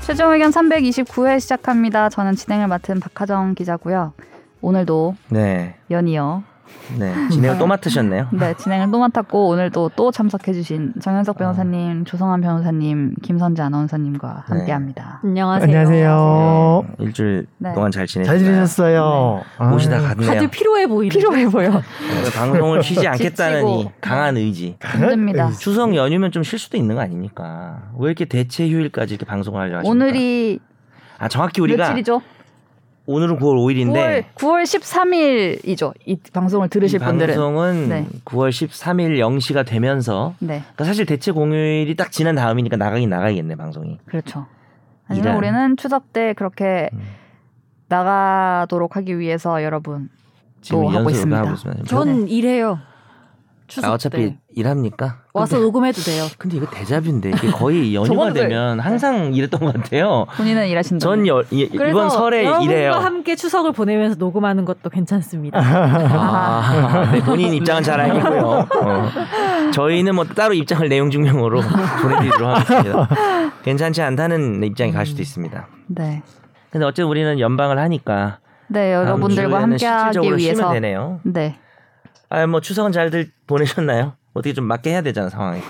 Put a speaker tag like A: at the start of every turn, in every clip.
A: 최종 의견 329회 시작합니다. 저는 진행을 맡은 박하정 기자고요. 오늘도
B: 네,
A: 연이어
B: 네. 진행을 또 맡으셨네요.
A: 네, 진행을 또 맡았고 오늘도 또 참석해주신
B: 아.
A: 정현석 변호사님, 조성한 변호사님, 김선재 아나운서님과
B: 네.
A: 함께합니다.
C: 안녕하세요.
D: 안녕하세요.
B: 일주일
A: 네.
B: 동안 잘 지내셨나요?
D: 잘 지내셨어요. 아,
B: 오시다 갔네요.
C: 다들 피로해 보이네.
A: 필요해 보여.
B: 오늘 방송을
A: 그
B: 쉬지 않겠다는 이
C: 지치고.
B: 강한 의지.
A: 힘듭니다.
B: 추석 연휴면 좀 쉴 수도 있는 거 아닙니까? 왜 이렇게 대체 휴일까지 이렇게 방송을 하려고 하십니까?
A: 오늘이
B: 아 정확히 우리가 네.
A: 며칠이죠?
B: 오늘은 9월 5일인데
A: 9월 9월 13일이죠. 이 방송을
B: 이
A: 들으실 분들은
B: 방송은
A: 네.
B: 9월 13일 0시가 되면서
A: 네,
B: 그러니까 사실 대체 공휴일이 딱 지난 다음이니까 나가긴 나가겠네 방송이.
A: 그렇죠. 아니면
B: 이런.
A: 우리는 추석 때 그렇게
B: 음.
A: 나가도록 하기 위해서 여러분
B: 지금
A: 또 하고
B: 연습을
A: 있습니다.
B: 하고 있습니다.
C: 전
A: 네.
C: 일해요. 추석
B: 아, 어차피
C: 때
B: 일합니까?
C: 와서 녹음해도 돼요.
B: 근데 이거 대잡인데 이게 거의 연휴가
A: 저번에도 네.
B: 되면 항상 이랬던 것 같아요.
A: 본인은 일하신다.
B: 전 여, 이, 이번 설에
C: 여러분과
B: 이래요.
C: 함께 추석을 보내면서 녹음하는 것도 괜찮습니다.
B: 아, 네, 본인 입장은 잘 알겠고요. 어. 저희는 뭐 따로 입장을 내용 증명으로 보내드리도록 하겠습니다. 괜찮지 않다는 입장이 갈 수도 있습니다.
A: 네,
B: 근데 어쨌든 우리는 연방을 하니까
A: 네
B: 다음
A: 여러분들과
B: 주에는
A: 함께하기
B: 실질적으로 쉬면
A: 위해서
B: 되네요.
A: 네.
B: 아, 뭐 추석은 잘들 보내셨나요? 어떻게 좀 맞게 해야 되잖아 상황이.
A: 아니,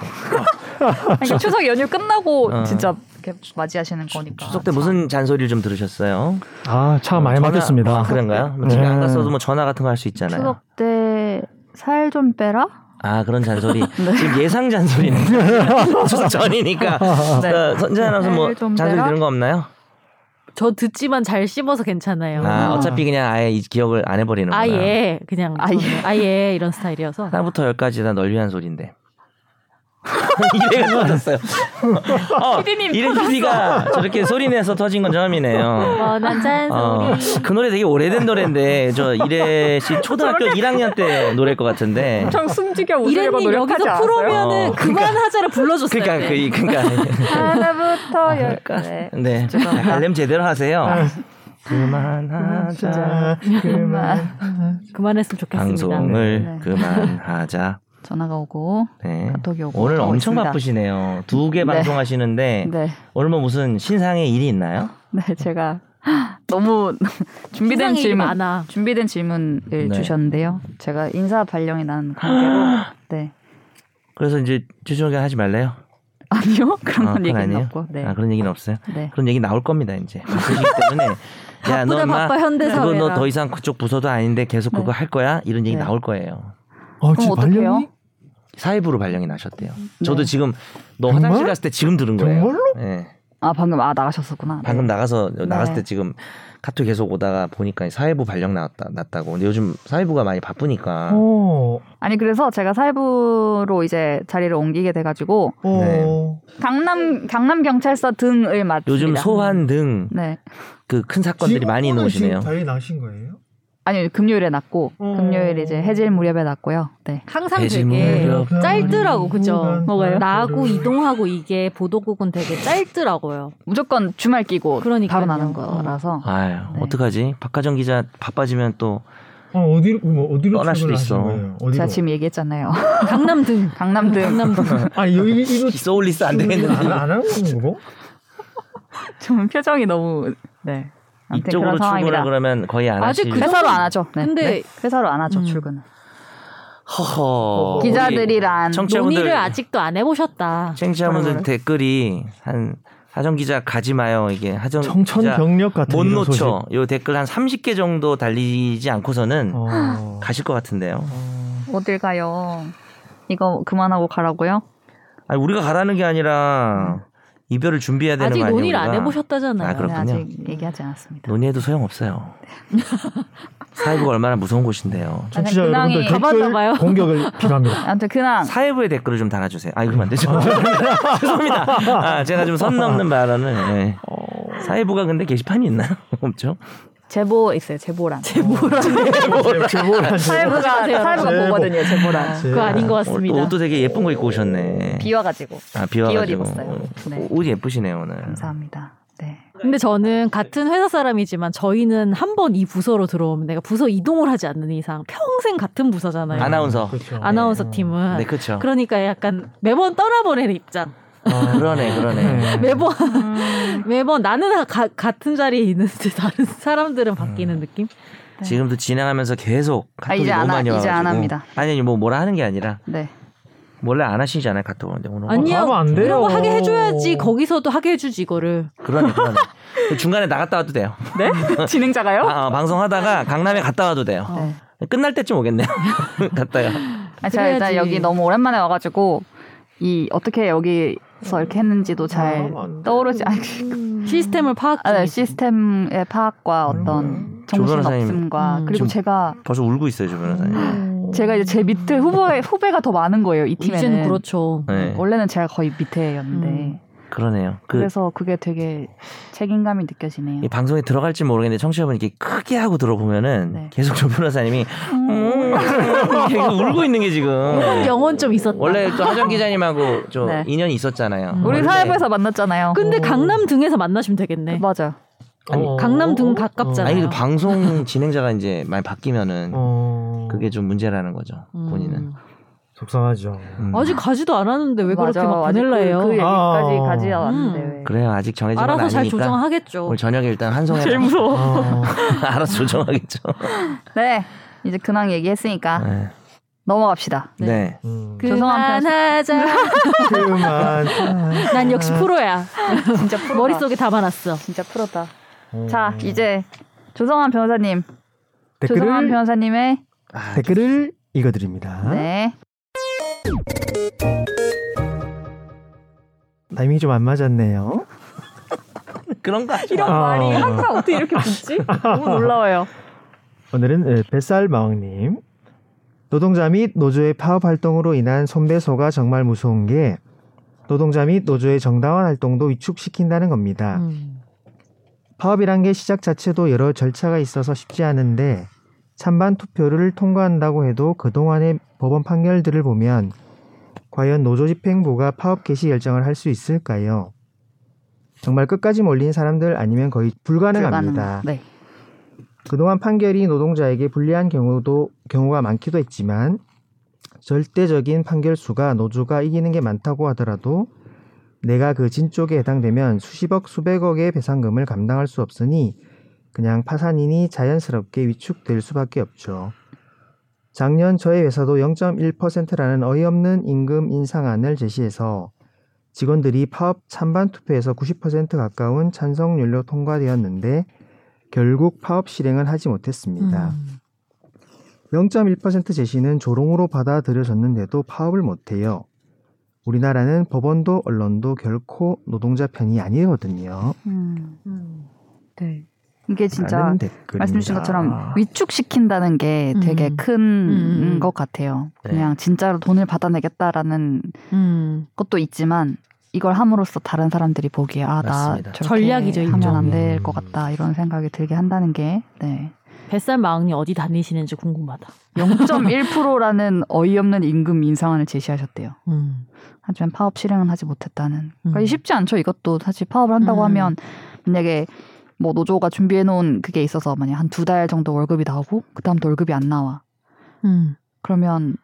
A: 그러니까 추석 연휴 끝나고
B: 어.
A: 진짜 이렇게 맞이하시는 거니까.
B: 추석 때 무슨 잔소리를 좀 들으셨어요?
D: 아, 차 많이
B: 전화-
D: 맞았습니다.
B: 아, 그런가요? 뭐 집에
D: 네.
B: 안 갔어도 뭐 전화 같은 거 할 수 있잖아요.
A: 추석 때 살 좀 빼라?
B: 아 그런 잔소리
C: 네.
B: 지금 예상 잔소리는 추석 전이니까 어, 선재 아나운서 뭐
A: 네, 좀
B: 잔소리
A: 내라.
B: 들은 거 없나요?
C: 저 듣지만 잘 씹어서 괜찮아요.
B: 아 어차피 그냥 아예 이 기억을 안 해버리는 거나
C: 아예 그냥
A: 아예.
C: 저는 아예 이런 스타일이어서
B: 하나부터 열까지 다 널 위한 소리인데 이래가 터졌어요 어,
C: 피디님
B: 이래 PD가 저렇게 소리 내서 터진 건 처음이네요
C: 뻔한
B: 어,
C: 잔소리.
B: 그 노래 되게 오래된 노래인데 저 이래 씨 초등학교 1학년 때 노래일 것 같은데
A: 좀 숨죽여
C: 이래님 여기서
B: 어,
C: 프로면은 그만하자를 불러줬어요.
B: 그러니까 그 그러니까
A: 하나부터 열.
B: 그러니까
A: 네.
B: 네.
A: 죄송합니다.
B: 알림 제대로 하세요.
A: 아,
B: 그만하자. 아,
D: 자, 그만.
C: 그만했으면 좋겠습니다.
B: 방송을
A: 네.
B: 그만하자.
A: 전화가 오고
B: 네.
A: 카톡이 오고.
B: 오늘
A: 하고
B: 엄청
A: 있습니다.
B: 바쁘시네요. 두 개
A: 네.
B: 방송하시는데
A: 네,
B: 오늘 뭐 무슨 신상의 일이 있나요?
A: 네 제가 너무 준비된
C: 세상에 일이
A: 질문
C: 많아.
A: 준비된 질문을
B: 네.
A: 주셨는데요. 제가 인사 발령이 난 관계로 네
B: 그래서 이제 최종 의견 하지 말래요.
A: 아니요 그런
B: 아,
A: 건
B: 그건
A: 얘기는
B: 아니에요?
A: 없고 네
B: 아, 그런 얘기는 없어요.
A: 네.
B: 그런 얘기 나올 겁니다 이제. 그렇기 때문에 야,
C: 바쁘다
B: 넌나
C: 바빠 현대사회라.
B: 그거 너 더 이상 그쪽 부서도 아닌데 계속 그거 할 거야? 이런 얘기
A: 네.
B: 나올 거예요.
D: 어,
A: 그럼
D: 지금
A: 어떡해요?
D: 발령이?
B: 사회부로 발령이 나셨대요.
A: 네.
B: 저도 지금 너
D: 정말?
B: 화장실 갔을 때 지금 들은 거예요.
D: 정말로?
B: 네.
A: 아 방금 아 나가셨었구나.
B: 방금
A: 네.
B: 나가서 나갔을
A: 네.
B: 때 지금 카톡 계속 오다가 보니까 사회부 발령 나왔다 났다고. 근데 요즘 사회부가 많이 바쁘니까.
D: 어,
A: 아니 그래서 제가 사회부로 이제 자리를 옮기게 돼가지고
D: 어.
B: 네.
A: 강남 강남 경찰서 등을 맡습니다.
B: 요즘 소환 등 그 큰
A: 네
B: 사건들이 많이
D: 지금
B: 나오시네요.
D: 발이 나신 거예요?
A: 아니 금요일에 났고
C: 음.
D: 어.
A: 금요일에 이제 해질 무렵에 났고요. 네
C: 항상
B: 대신
C: 되게
B: 무려
C: 짧더라고 그죠?
D: 뭐가요?
C: 음.
B: 음.
C: 나하고 이동하고 이게 보도국은 되게 짧더라고요.
A: 무조건 주말 끼고
C: 그러니까요.
A: 바로 나는 거라서
B: 아유
A: 네.
B: 어떡하지? 박하정 기자 바빠지면 또
D: 어, 어디로 뭐 어디로
B: 떠날
D: 출근하신
B: 수도 있어.
D: 거예요? 어디로?
A: 제가 지금 얘기했잖아요.
C: 강남 등.
A: 강남 등
C: 강남 등.
D: 아, 여기 이거
B: 소울리스 안 되겠는데
D: 안, 안 하고 있는 거고?
A: 좀 표정이 너무 네 아무튼
B: 이쪽으로
A: 그런
B: 출근을
A: 상황입니다.
B: 그러면 거의 안
C: 아직
B: 하시.
C: 그-
A: 회사로 안 하죠. 네.
C: 근데-
A: 네. 회사로 안 하죠
C: 음.
A: 출근을.
B: 허허.
A: 어, 기자들이란
B: 우리 청취자분들
C: 논의를 아직도 안 해보셨다.
B: 청취자분들 댓글이 한 하정 기자 가지 마요 이게 하정 기자
D: 청천벽력 같은
B: 못
D: 이런 소식.
B: 놓쳐. 요 댓글 한 30개 정도 달리지 않고서는
D: 어.
B: 가실 것 같은데요.
A: 어딜 가요? 이거 그만하고 가라고요?
B: 아니 우리가 가라는 게 아니라 이별을 준비해야 되는
C: 아직
B: 거 아니에요?
C: 논의를 안
B: 우리가?
C: 해보셨다잖아요.
B: 아, 그럼.
A: 네,
B: 그렇군요.
A: 아직 얘기하지 않았습니다.
B: 논의해도 소용 없어요. 사회부가 얼마나 무서운 곳인데요.
D: 청취자
A: 근황이-
D: 여러분들 댓글
C: 가봤나봐요.
D: 공격을 필요합니다.
A: 아무튼 그냥
B: 사회부의 댓글을 좀 달아주세요. 아 이러면 안 되죠. 죄송합니다. 죄송합니다. 아, 제가 좀 선 넘는 발언을. 네. 사회부가 근데 게시판이 있나요? 없죠.
A: 제보 있어요. 제보란.
D: 제보란
A: 사회부가
C: 제보.
A: 사회부가
D: 제보.
A: 보거든요. 제보란.
C: 그거 아닌 것 같습니다.
B: 오늘 또 어, 옷도 되게 예쁜 거 입고 오셨네.
A: 비와가지고.
B: 아 비와가지고.
A: 비옷 입었어요. 네.
B: 옷 예쁘시네요 오늘.
A: 감사합니다. 네.
C: 근데 저는 같은 회사 사람이지만 저희는 한 번 이 부서로 들어오면 내가 부서 이동을 하지 않는 이상 평생 같은 부서잖아요.
B: 아나운서.
D: 네. 그렇죠.
C: 아나운서 팀은.
B: 네 그렇죠.
C: 그러니까 약간 매번 떠나보내는 입장.
E: 아,
B: 그러네, 그러네.
C: 매번
A: 음,
C: 매번 나는 가- 같은 자리에 있는데 다른 사람들은 바뀌는
B: 음.
C: 느낌?
A: 네.
B: 지금도 진행하면서 계속
A: 아,
B: 카톡이
A: 이제
B: 너무
A: 안 하-
B: 많이
A: 이제
B: 와가지고
A: 안 합니다.
B: 아니 아니 뭐 뭐라 하는 게 아니라
A: 네.
B: 원래 안 어, 하시잖아요 카톡을 근데 오늘
C: 아니요.
E: 하면 안 돼요.
C: 이런 거 하게 해줘야지 거기서도 하게 해주지 이거를.
B: 어, 그러네 그러네 중간에 나갔다 와도 돼요
A: 네? 진행자가요?
B: 아, 어, 방송하다가 강남에 갔다 와도 돼요
A: 네.
B: 끝날 때쯤 오겠네요 갔다요
A: 아, 제가 일단
C: 그래야지.
A: 여기 너무 오랜만에 와가지고 이 어떻게 여기서 이렇게 했는지도 잘
E: 아, 안 돼. 음.
A: 떠오르지 않.
C: 시스템을 파악.
A: 음. 아, 네,
C: 중이지.
A: 시스템의 파악과 어떤
E: 음.
A: 정신
B: 조선호사님.
A: 없음과
C: 음.
A: 그리고
B: 좀-
A: 제가
B: 벌써 울고 있어요 주 변호사님
E: 음.
A: 제가 이제 제 밑에 후배 후배가 더 많은 거예요 이
C: 이제는
A: 팀에는.
C: 그렇죠.
B: 네,
A: 원래는 제가 거의 밑에였는데
C: 음.
B: 그러네요
A: 음, 그,
B: 그
A: 래서 그게 되게 책임감이 느껴지네요.
B: 이
E: 예.
B: 방송에 들어갈지 모르겠는데 청취자분 이렇게 크게 하고 들어보면은
A: 네.
B: 계속 조 변호사님이 음, 계속 울고 있는 게 지금
C: 영혼 좀 있었다.
B: 음. 원래 또 하정 기자님하고 좀
A: 네.
B: 인연이 있었잖아요.
C: 음.
A: 우리
B: 원래-
A: 사회부에서 만났잖아요.
C: 근데
E: 오.
C: 강남 등에서 만나시면 되겠네.
A: 맞아.
B: 아니,
E: 어.
C: 강남 등 가깝잖아요.
A: 네.
B: 아니 근데 방송 진행자가 이제 많이 바뀌면은
E: 어.
B: 그게 좀 문제라는 거죠.
C: 음.
B: 본인은
E: 속상하죠.
B: 음.
A: 어,
C: 아직 가지도 안 하는데 왜
A: 맞아.
C: 그렇게 막
A: 아직
C: 보낼라 해요?
A: 그, 그 얘기까지
E: 아.
A: 가지 않았는데
C: 음.
A: 왜?
B: 그래요. 아직 정해진 건
C: 알아서 잘
B: 아니니까
C: 조정하겠죠.
B: 오늘 저녁에 일단 한송해
A: 제일 무서워.
E: 어.
B: 알아서 조정하겠죠.
A: 네. 이제 근황 얘기했으니까
B: 네.
A: 넘어갑시다.
B: 네.
E: 음.
A: 그 죄송한
C: 그만하자.
E: 그만.
C: 난 역시 프로야.
A: 진짜 프로다.
C: 머릿속에 담아놨어.
A: 진짜 프로다.
E: 어.
A: 자, 이제 조성한 변호사님, 조성한
E: 댓글을
A: 변호사님의
B: 아,
E: 댓글을 읽어드립니다.
A: 네.
E: 타이밍이 좀 안 맞았네요.
B: 네. 그런가?
A: 이런
E: 아. 말이 항상
A: 어떻게 이렇게
C: 음.
A: 붙지? 너무 놀라워요.
E: 오늘은 에, 뱃살 마왕님 노동자 및 노조의 파업 활동으로 인한 손배소가 정말 무서운 게 노동자 및 노조의 정당한 활동도 위축시킨다는 겁니다.
C: 음.
E: 파업이란 게 시작 자체도 여러 절차가 있어서 쉽지 않은데 찬반 투표를 통과한다고 해도 그동안의 법원 판결들을 보면 과연 노조 집행부가 파업 개시 결정을 할 수 있을까요? 정말 끝까지 몰린 사람들 아니면 거의 불가능합니다.
A: 불가능. 네.
E: 그동안 판결이 노동자에게 불리한 경우도 경우가 많기도 했지만 절대적인 판결 수가 노조가 이기는 게 많다고 하더라도 내가 그 진쪽에 해당되면 수십억 수백억의 배상금을 감당할 수 없으니 그냥 파산이니 자연스럽게 위축될 수밖에 없죠. 작년 저의 회사도 0.1%라는 어이없는 임금 인상안을 제시해서 직원들이 파업 찬반 투표에서 90% 가까운 찬성률로 통과되었는데 결국 파업 실행은 하지 못했습니다.
C: 음.
E: 0.1% 제시는 조롱으로 받아들여졌는데도 파업을 못해요. 우리나라는 법원도 언론도 결코 노동자 편이 아니거든요.
A: 음,
C: 음.
A: 네. 이게 진짜
E: 라는 댓글입니다. 음. 아.
A: 말씀 주신 것처럼 위축시킨다는 게
C: 음.
A: 되게 큰
C: 음.
A: 것 같아요.
B: 네.
A: 그냥 진짜로 돈을 받아내겠다라는
C: 음.
A: 것도 있지만 이걸 함으로써 다른 사람들이 보기에 아나
B: 맞습니다. 음.
C: 전략이죠,
A: 하면 안
E: 일종의.
A: 될 것 같다 이런 생각이 들게 한다는 게 네.
C: 뱃살 마왕님 어디 다니시는지 궁금하다.
A: 0.1%라는 어이없는 임금 인상안을 제시하셨대요.
C: 음.
A: 하지만 파업 실행은 하지 못했다는. 그러니까
C: 음.
A: 쉽지 않죠. 이것도 사실 파업을 한다고
C: 음.
A: 하면 만약에 뭐 노조가 준비해 놓은 그게 있어서 만약 한 두 달 정도 월급이 나오고 그다음부터 월급이 안 나와.
C: 음.
A: 그러면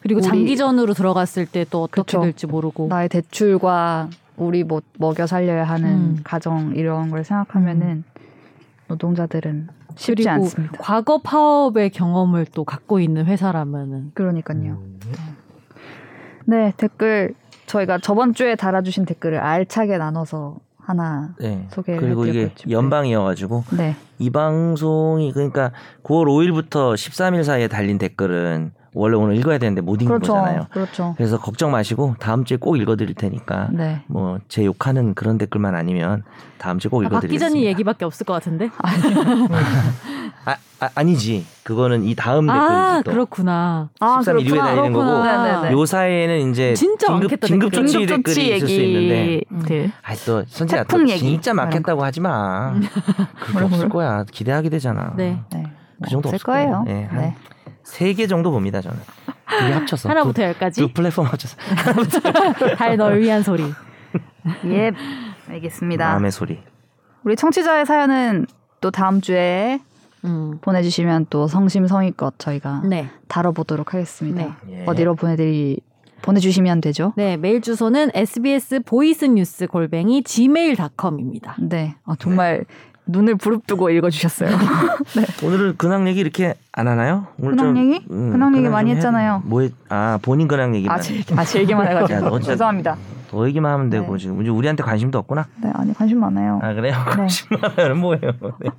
C: 그리고
A: 우리-
C: 장기전으로 들어갔을 때 또 어떻게
A: 그쵸.
C: 될지 모르고.
A: 뭐 나의 대출과 우리 뭐 먹여 살려야 하는
C: 음.
A: 가정 이런 걸 생각하면은 노동자들은 쉽지
C: 그리고
A: 않습니다.
C: 과거 파업의 경험을 또 갖고 있는 회사라면은
A: 그러니까요.
E: 음.
A: 네, 댓글 저희가 저번 주에 달아주신 댓글을 알차게 나눠서 하나
B: 네.
A: 소개를
B: 그리고 이게
A: 해드렸겠죠.
B: 연방이어가지고
A: 네.
B: 이 방송이 그러니까 9월 5일부터 13일 사이에 달린 댓글은 원래 오늘 읽어야 되는데 못 읽은
A: 그렇죠.
B: 거잖아요.
A: 그렇죠.
B: 그래서 걱정 마시고 다음 주에 꼭 읽어드릴 테니까
A: 네.
B: 뭐 제 욕하는 그런 댓글만 아니면 다음 주에 꼭
C: 아, 박
B: 읽어드리겠습니다. 네, 그
C: 기자님 얘기밖에 없을 것 같은데.
B: 아, 아, 니지 그거는 이 다음
C: 아
B: 댓글이지 또.
C: 그렇구나. 아,
A: 아,
B: 13일 이후에
A: 그렇구나.
B: 달리는 거고
A: 그렇구나. 네네네.
B: 요 사이에는 이제
C: 진짜 네.
B: 긴급
C: 많겠다,
B: 긴급
C: 댓글이.
B: 조치 댓글이 있을 수 있는데
A: 들
B: 아또 선재야 또
A: 태풍 얘기. 음.
B: 진짜 많겠다고 하지 마. 그렇게 없을 거야. 기대하게 되잖아.
C: 네.
A: 네.
B: 그 정도
A: 없을
B: 없을
A: 거예요.
B: 거예요. 네, 한
A: 네.
B: 세 개 정도 봅니다 저는. 그게 합쳐서
C: 하나부터
B: 두,
C: 열까지
B: 두 플랫폼 합쳐서
C: 달 널 위한 소리.
A: 예. 알겠습니다.
B: 마음의 소리.
A: 우리 청취자의 사연은 또 다음 주에
C: 음.
A: 보내주시면 또 성심성의껏 저희가
C: 네.
A: 다뤄보도록 하겠습니다.
C: 네.
B: 예.
A: 어디로 보내드리 보내주시면 되죠.
C: 네, 메일 주소는 SBS 보이스뉴스 골뱅이 gmail.com입니다.
A: 네. 아, 정말 눈을 부릅뜨고 읽어주셨어요.
B: 오늘은 근황 얘기 이렇게 안 하나요? 오늘
A: 근황
B: 좀, 음,
A: 얘기? 근황 얘기
B: 좀
A: 많이
B: 해야
A: 했잖아요.
B: 돼. 뭐 했, 아 본인 근황 얘기만.
A: 아, 제, 아, 제 얘기만
B: 야, 너
A: 해가지고.
B: 진짜-
A: 죄송합니다.
B: 너 얘기만 하면 되고
A: 네.
B: 지금 이제 우리한테 관심도 없구나.
A: 네, 아니, 관심 많아요.
B: 아 그래요? 관심만은 뭐예요? 네.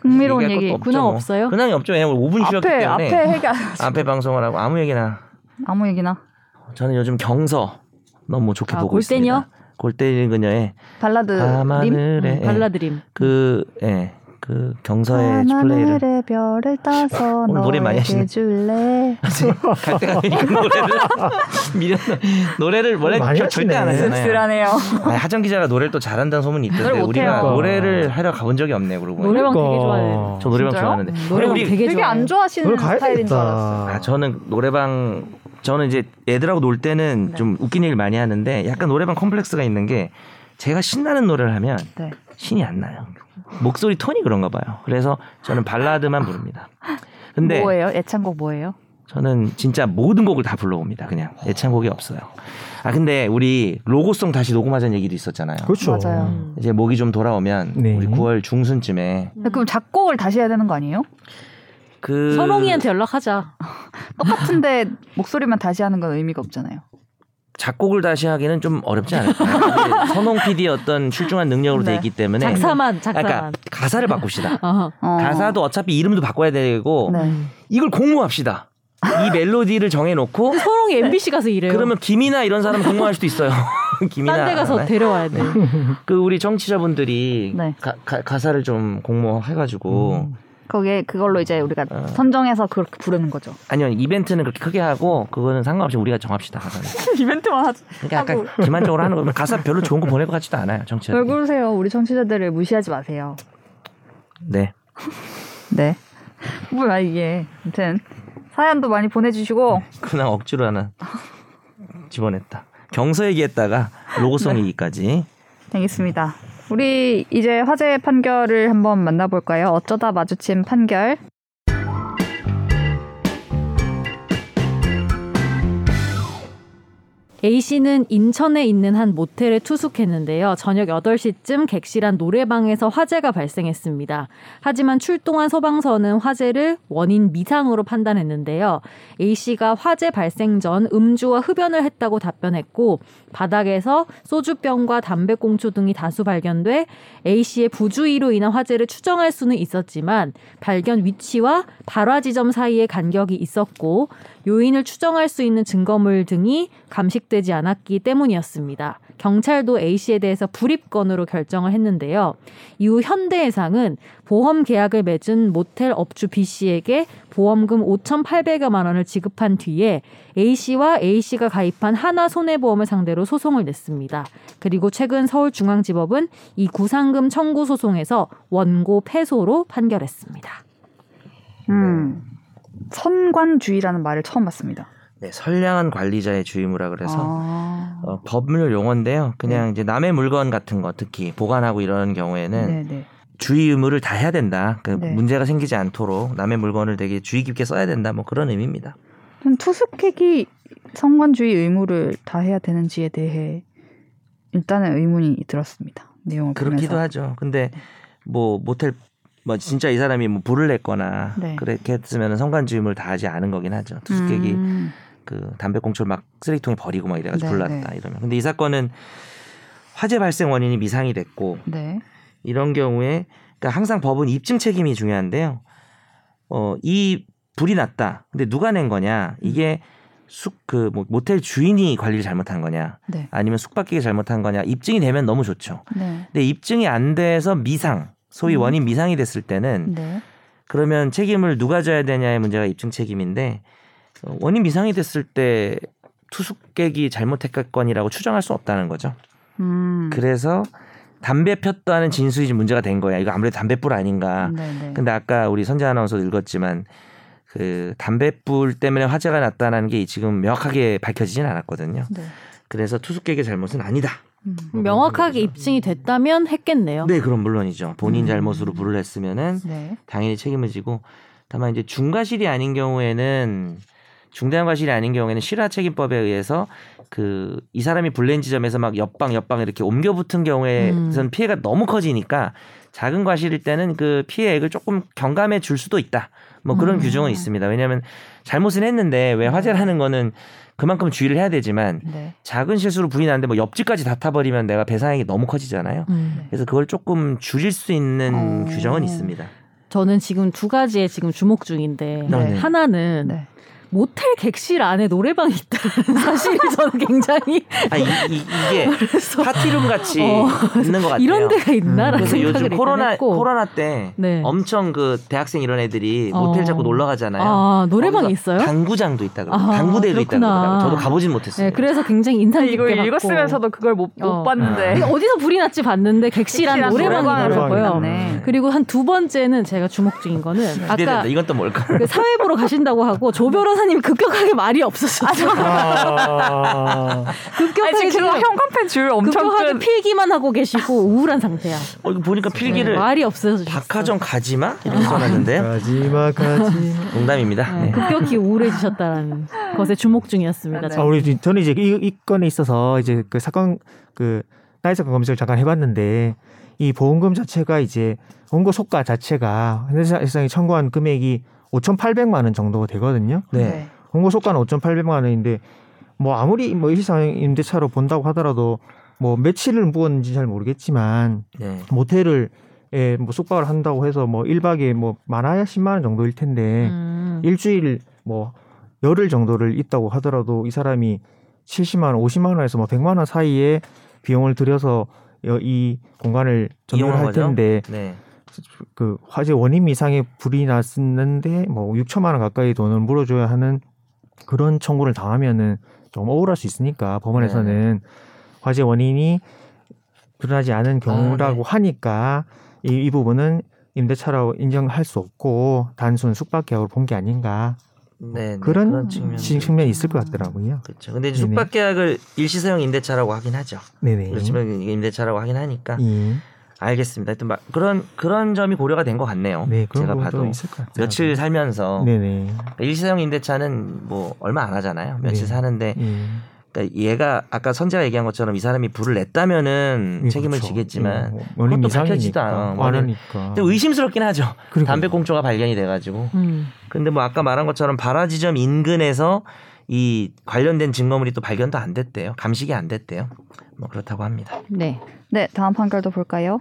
A: 흥미로운
B: 얘기할
A: 얘기.
B: 것도
C: 근황
B: 뭐.
C: 없어요?
B: 근황이 없죠. 왜냐면 5분 쉬었기
A: 앞에,
B: 때문에
A: 앞에 해결,
B: 앞에 방송을 하고 아무 얘기나.
A: 아무 얘기나.
B: 저는 요즘 경서 너무 뭐 좋게
C: 아,
B: 보고
C: 골대녀?
B: 있습니다. 골대녀 그녀의
A: 발라드. 님?
B: 밤하늘에 예.
C: 음, 발라드림.
B: 그 예. 그 경서의 플레이를 어,
A: 밤하늘의 별을 따서
B: 오늘 노래 많이 하시네.
A: 너에게 줄래.
B: 갈 때가 되니까 노래를 미련 노래를 원래
D: 많이
B: 저- 절대 안
D: 하시네.
B: 하잖아요.
A: 씁쓸하네요.
B: 아니, 하정 기자가 노래를 또 잘한다는 소문이 있던데
A: 노래 못해요.
B: 우리가
D: 그러니까.
B: 노래를 하러 가본 적이 없네 그러고 보니.
C: 노래방 되게
D: 그러니까.
C: 좋아해요.
B: 저 노래방
A: 진짜요?
B: 좋아하는데
C: 음,
B: 아니,
C: 노래방
B: 네. 우리
C: 되게,
A: 되게 안
C: 좋아해요.
A: 좋아하시는
D: 오늘 가야
A: 스타일인 줄 알았어.
D: 되겠다.
B: 아 저는 노래방 저는 이제 애들하고 놀 때는 좀 웃긴 일 많이 하는데 약간 노래방 컴플렉스가 있는 게 제가 신나는 노래를 하면
A: 네.
B: 신이 안 나요. 목소리 톤이 그런가 봐요. 그래서 저는 발라드만 부릅니다. 근데
A: 뭐예요? 애창곡 뭐예요?
B: 저는 진짜 모든 곡을 다 불러옵니다. 그냥 애창곡이 없어요. 아 근데 우리 로고송 다시 녹음하자는 얘기도 있었잖아요.
D: 그렇죠.
A: 맞아요.
C: 음.
B: 이제 목이 좀 돌아오면
D: 네.
B: 우리 9월 중순쯤에
A: 근데 그럼 작곡을 다시 해야 되는 거 아니에요?
B: 그
C: 선홍이한테 연락하자.
A: 똑같은데 목소리만 다시 하는 건 의미가 없잖아요.
B: 작곡을 다시 하기는 좀 어렵지 않을까. 선홍 PD의 어떤 출중한 능력으로 돼
A: 네.
B: 있기 때문에
C: 작사만,
B: 그러니까
C: 작사만.
B: 가사를 바꿉시다.
C: 어.
A: 어.
B: 가사도 어차피 이름도 바꿔야 되고
A: 네.
B: 이걸 공모합시다. 이 멜로디를 정해놓고
C: 선홍이 MBC 가서 일해요.
B: 그러면 김이나 이런 사람 공모할 수도 있어요. 김이나
C: 딴 데 가서
B: 네.
C: 데려와야 돼.
B: 그 우리 정치자분들이
A: 네.
B: 가, 사를좀 공모해가지고
C: 음.
A: 거기에 그걸로 이제 우리가
B: 어.
A: 선정해서 그렇게 부르는 거죠.
B: 아니요 이벤트는 그렇게 크게 하고 그거는 상관없이 우리가 정합시다. 가사는.
A: 이벤트만 하지.
B: 그러니까 약간 기만적으로 하는 거면 가사 별로 좋은 거 보낼 것 같지도 않아요 정치자.
A: 왜 그러세요? 우리 청취자들을 무시하지 마세요.
B: 네.
A: 네. 뭐야 이게. 아무튼 사연도 많이 보내주시고
B: 그냥 억지로 하나 집어냈다. 경서 얘기했다가
A: 네.
B: 로고송 얘기까지.
A: 되겠습니다. 우리 이제 화제 판결을 한번 만나볼까요? 어쩌다 마주친 판결.
C: A씨는 인천에 있는 한 모텔에 투숙했는데요. 저녁 8시쯤 객실한 노래방에서 화재가 발생했습니다. 하지만 출동한 소방서는 화재를 원인 미상으로 판단했는데요. A씨가 화재 발생 전 음주와 흡연을 했다고 답변했고 바닥에서 소주병과 담배꽁초 등이 다수 발견돼 A씨의 부주의로 인한 화재를 추정할 수는 있었지만 발견 위치와 발화 지점 사이의 간격이 있었고 요인을 추정할 수 있는 증거물 등이 감식되지 않았기 때문이었습니다. 경찰도 A씨에 대해서 불입건으로 결정을 했는데요. 이후 현대해상은 보험 계약을 맺은 모텔 업주 B씨에게 보험금 5,800여만 원을 지급한 뒤에 A씨와 A씨가 가입한 하나 손해보험을 상대로 소송을 냈습니다. 그리고 최근 서울중앙지법은 이 구상금 청구 소송에서 원고 패소로 판결했습니다.
A: 음. 선관주의라는 말을 처음 봤습니다.
B: 네, 선량한 관리자의 주의무라 그래서
A: 아. 네.
B: 어, 법률 용어인데요. 그냥 이제 남의 물건 같은 거 특히 보관하고 이런 경우에는
A: 네네.
B: 주의 의무를 다 해야 된다. 그
A: 네.
B: 문제가 생기지 않도록 남의 물건을 되게 주의 깊게 써야 된다. 뭐 그런 의미입니다.
A: 그럼 투숙객이 성관주의 의무를 다해야 되는지에 대해 일단은 의문이 들었습니다. 내용을 보면서.
B: 그렇기도
A: 네.
B: 하죠. 근데 뭐 모텔 뭐 진짜 이 사람이 뭐 불을 냈거나
A: 네.
B: 그렇게 했으면 성관주의 의무를 다하지 않은 거긴 하죠. 투숙객이
A: 음.
B: 그 담배꽁초를 막 쓰레기통에 버리고 막 이래가지고
A: 네,
B: 불났다
A: 네.
B: 이러면. 근데 이 사건은 화재 발생 원인이 미상이 됐고
A: 네.
B: 이런 경우에 그러니까 항상 법은 입증 책임이 중요한데요. 어, 이 불이 났다. 근데 누가 낸 거냐? 이게
A: 음.
B: 숙 그 모텔 주인이 관리를 잘못한 거냐?
A: 네.
B: 아니면 숙박객이 잘못한 거냐? 입증이 되면 너무 좋죠.
A: 네.
B: 근데 입증이 안 돼서 미상, 소위
A: 음.
B: 원인 미상이 됐을 때는
A: 네.
B: 그러면 책임을 누가 져야 되냐의 문제가 입증 책임인데 어, 원인 미상이 됐을 때 투숙객이 잘못했건이라고 추정할 수 없다는 거죠.
A: 음.
B: 그래서 담배 폈다는 진술이 지금 문제가 된 거야. 이거 아무래도 담배불 아닌가.
A: 네네.
B: 근데 아까 우리 선재 아나운서 읽었지만 그 담배불 때문에 화재가 났다는 게 지금 명확하게 밝혀지진 않았거든요.
A: 네.
B: 그래서 투숙객의 잘못은 아니다.
A: 음.
C: 명확하게 입증이 됐다면 했겠네요.
B: 네, 그럼 물론이죠. 본인
A: 음.
B: 잘못으로 불을 했으면은
A: 네.
B: 당연히 책임을 지고 다만 이제 중과실이 아닌 경우에는 중대한 과실이 아닌 경우에는 실화 책임법에 의해서 그 이 사람이 불낸 지점에서 막 옆방 옆방 이렇게 옮겨 붙은 경우에선
C: 음.
B: 피해가 너무 커지니까 작은 과실일 때는 그 피해액을 조금 경감해 줄 수도 있다. 뭐 그런
C: 음.
B: 규정은 있습니다. 왜냐하면 잘못은 했는데 왜 화재라는 거는 그만큼 주의를 해야 되지만
A: 네.
B: 작은 실수로 불이 나는데 뭐 옆집까지 다 타버리면 내가 배상액이 너무 커지잖아요.
C: 음.
B: 그래서 그걸 조금 줄일 수 있는
A: 어.
B: 규정은 있습니다.
C: 저는 지금 두 가지에 지금 주목 중인데
A: 네.
C: 하나는
A: 네.
C: 모텔 객실 안에 노래방이 있다는 사실이 저는 굉장히
B: 아, 이, 게
C: 그래서
B: 파티룸 같이
C: 어.
B: 있는 것 같아요.
C: 이런 데가
D: 음.
C: 있나라는
B: 그래서
C: 생각을
B: 요즘
C: 일단
B: 코로나
C: 했고
B: 코로나 때
C: 네.
B: 엄청 그 대학생 이런 애들이
C: 어.
B: 모텔 잡고 놀러 가잖아요.
C: 아, 노래방 이
B: 거기서
C: 있어요?
B: 당구장도 있다 그러고
C: 아,
B: 당구대도 있다
C: 그렇구나.
B: 그러더라고요. 저도 가보진 못했어요.
C: 네, 그래서 굉장히 인상 깊게
A: 이거
C: 봤고.
A: 읽었으면서도 그걸 못, 못
C: 어.
A: 봤는데.
C: 이게 어디서 불이 났지 봤는데 객실한
A: 섹시한
D: 노래방이더라고요.
A: 네. 노래방에서
C: 노래방이더라고요.
A: 보였네.
C: 그리고 한 두 번째는 제가 주목 중인 거는
B: 기대된다.
C: 아까
B: 이건 또 뭘까?
C: 그 사회부로 가신다고 하고 조 변호사님이 급격하게 말이 없었어요.
D: 아,
A: 아니,
C: 급격하게
A: 지금
C: 지금
A: 현관펜 줄 엄청
C: 급격하게
A: 큰
C: 필기만 하고 계시고 우울한 상태야.
B: 어, 이거 보니까 필기를
C: 네, 말이 아. 없어서
B: 박하정 가지마 이렇게 써놨는데요.
D: 마지막 까지
E: 아.
C: 아.
B: 농담입니다. 네.
C: 급격히 우울해지셨다는 것에 주목 중이었습니다.
A: 네.
C: 저는.
A: 아,
E: 아, 우리 지- 저는 이제 이, 이 건에 있어서 이제 그 사건 그 따이 사건 검색을 잠깐 해봤는데 이 보험금 자체가 이제 원고 속가 자체가 회사 일상이 청구한 금액이 5,800만 원 정도 되거든요.
B: 네.
E: 원고 속가는 5,800만 원인데 뭐 아무리 뭐 일상 임대차로 본다고 하더라도 뭐 며칠을 묵었는지 잘 모르겠지만
B: 네.
E: 모텔을 예, 뭐 숙박을 한다고 해서 뭐 1박에 뭐 많아야 10만 원 정도일
B: 네.
E: 텐데
C: 음.
E: 일주일 뭐 열흘 정도를 있다고 하더라도 이 사람이 70만 원, 50만 원에서 뭐 100만 원 사이에 비용을 들여서 여- 이 공간을
B: 이용한
E: 점유할
B: 거죠?
E: 텐데
B: 네.
E: 그 화재 원인 이상의 불이 났는데 뭐 6천만 원 가까이 돈을 물어줘야 하는 그런 청구를 당하면은 좀 억울할 수 있으니까 법원에서는
B: 네.
E: 화재 원인이 드러나지
B: 아,
E: 않은 경우라고
B: 네.
E: 하니까 이, 이 부분은 임대차라고 인정할 수 없고 단순 숙박 계약으로 본 게 아닌가
B: 네, 네.
E: 그런
B: 측면도
E: 지- 측면이 있을 것 같더라고요.
B: 그렇죠. 근데 이제
E: 네네.
B: 숙박 계약을 일시사용 임대차라고 하긴 하죠.
E: 네네.
B: 그렇지만 이게 임대차라고 하긴 하니까
E: 예.
B: 알겠습니다. 하여튼 막 그런 그런 점이 고려가 된 것 같네요.
E: 네, 그런
B: 제가
E: 부분도
B: 봐도
E: 있을 것 같아요.
A: 네.
B: 며칠 살면서 그러니까
E: 네네.
B: 일시사용 임대차는 뭐 얼마 안 하잖아요. 며칠
E: 네.
B: 사는데
E: 예.
B: 그러니까 얘가 아까 선재가 얘기한 것처럼 이 사람이 불을 냈다면은
A: 네,
E: 예,
B: 책임을
E: 그렇죠.
B: 지겠지만
E: 예, 원인
B: 그것도 밝혀지지도
E: 이상이니까.
B: 않아.
E: 않으니까.
B: 근데 의심스럽긴 하죠.
E: 그리고-
B: 담배 꽁초가 발견이 돼가지고.
C: 음.
B: 근데 뭐 아까 말한 것처럼 발화 지점 인근에서 이 관련된 증거물이 또 발견도 안 됐대요. 감식이 안 됐대요. 뭐 그렇다고 합니다.
C: 네.
A: 네, 다음 판결도 볼까요?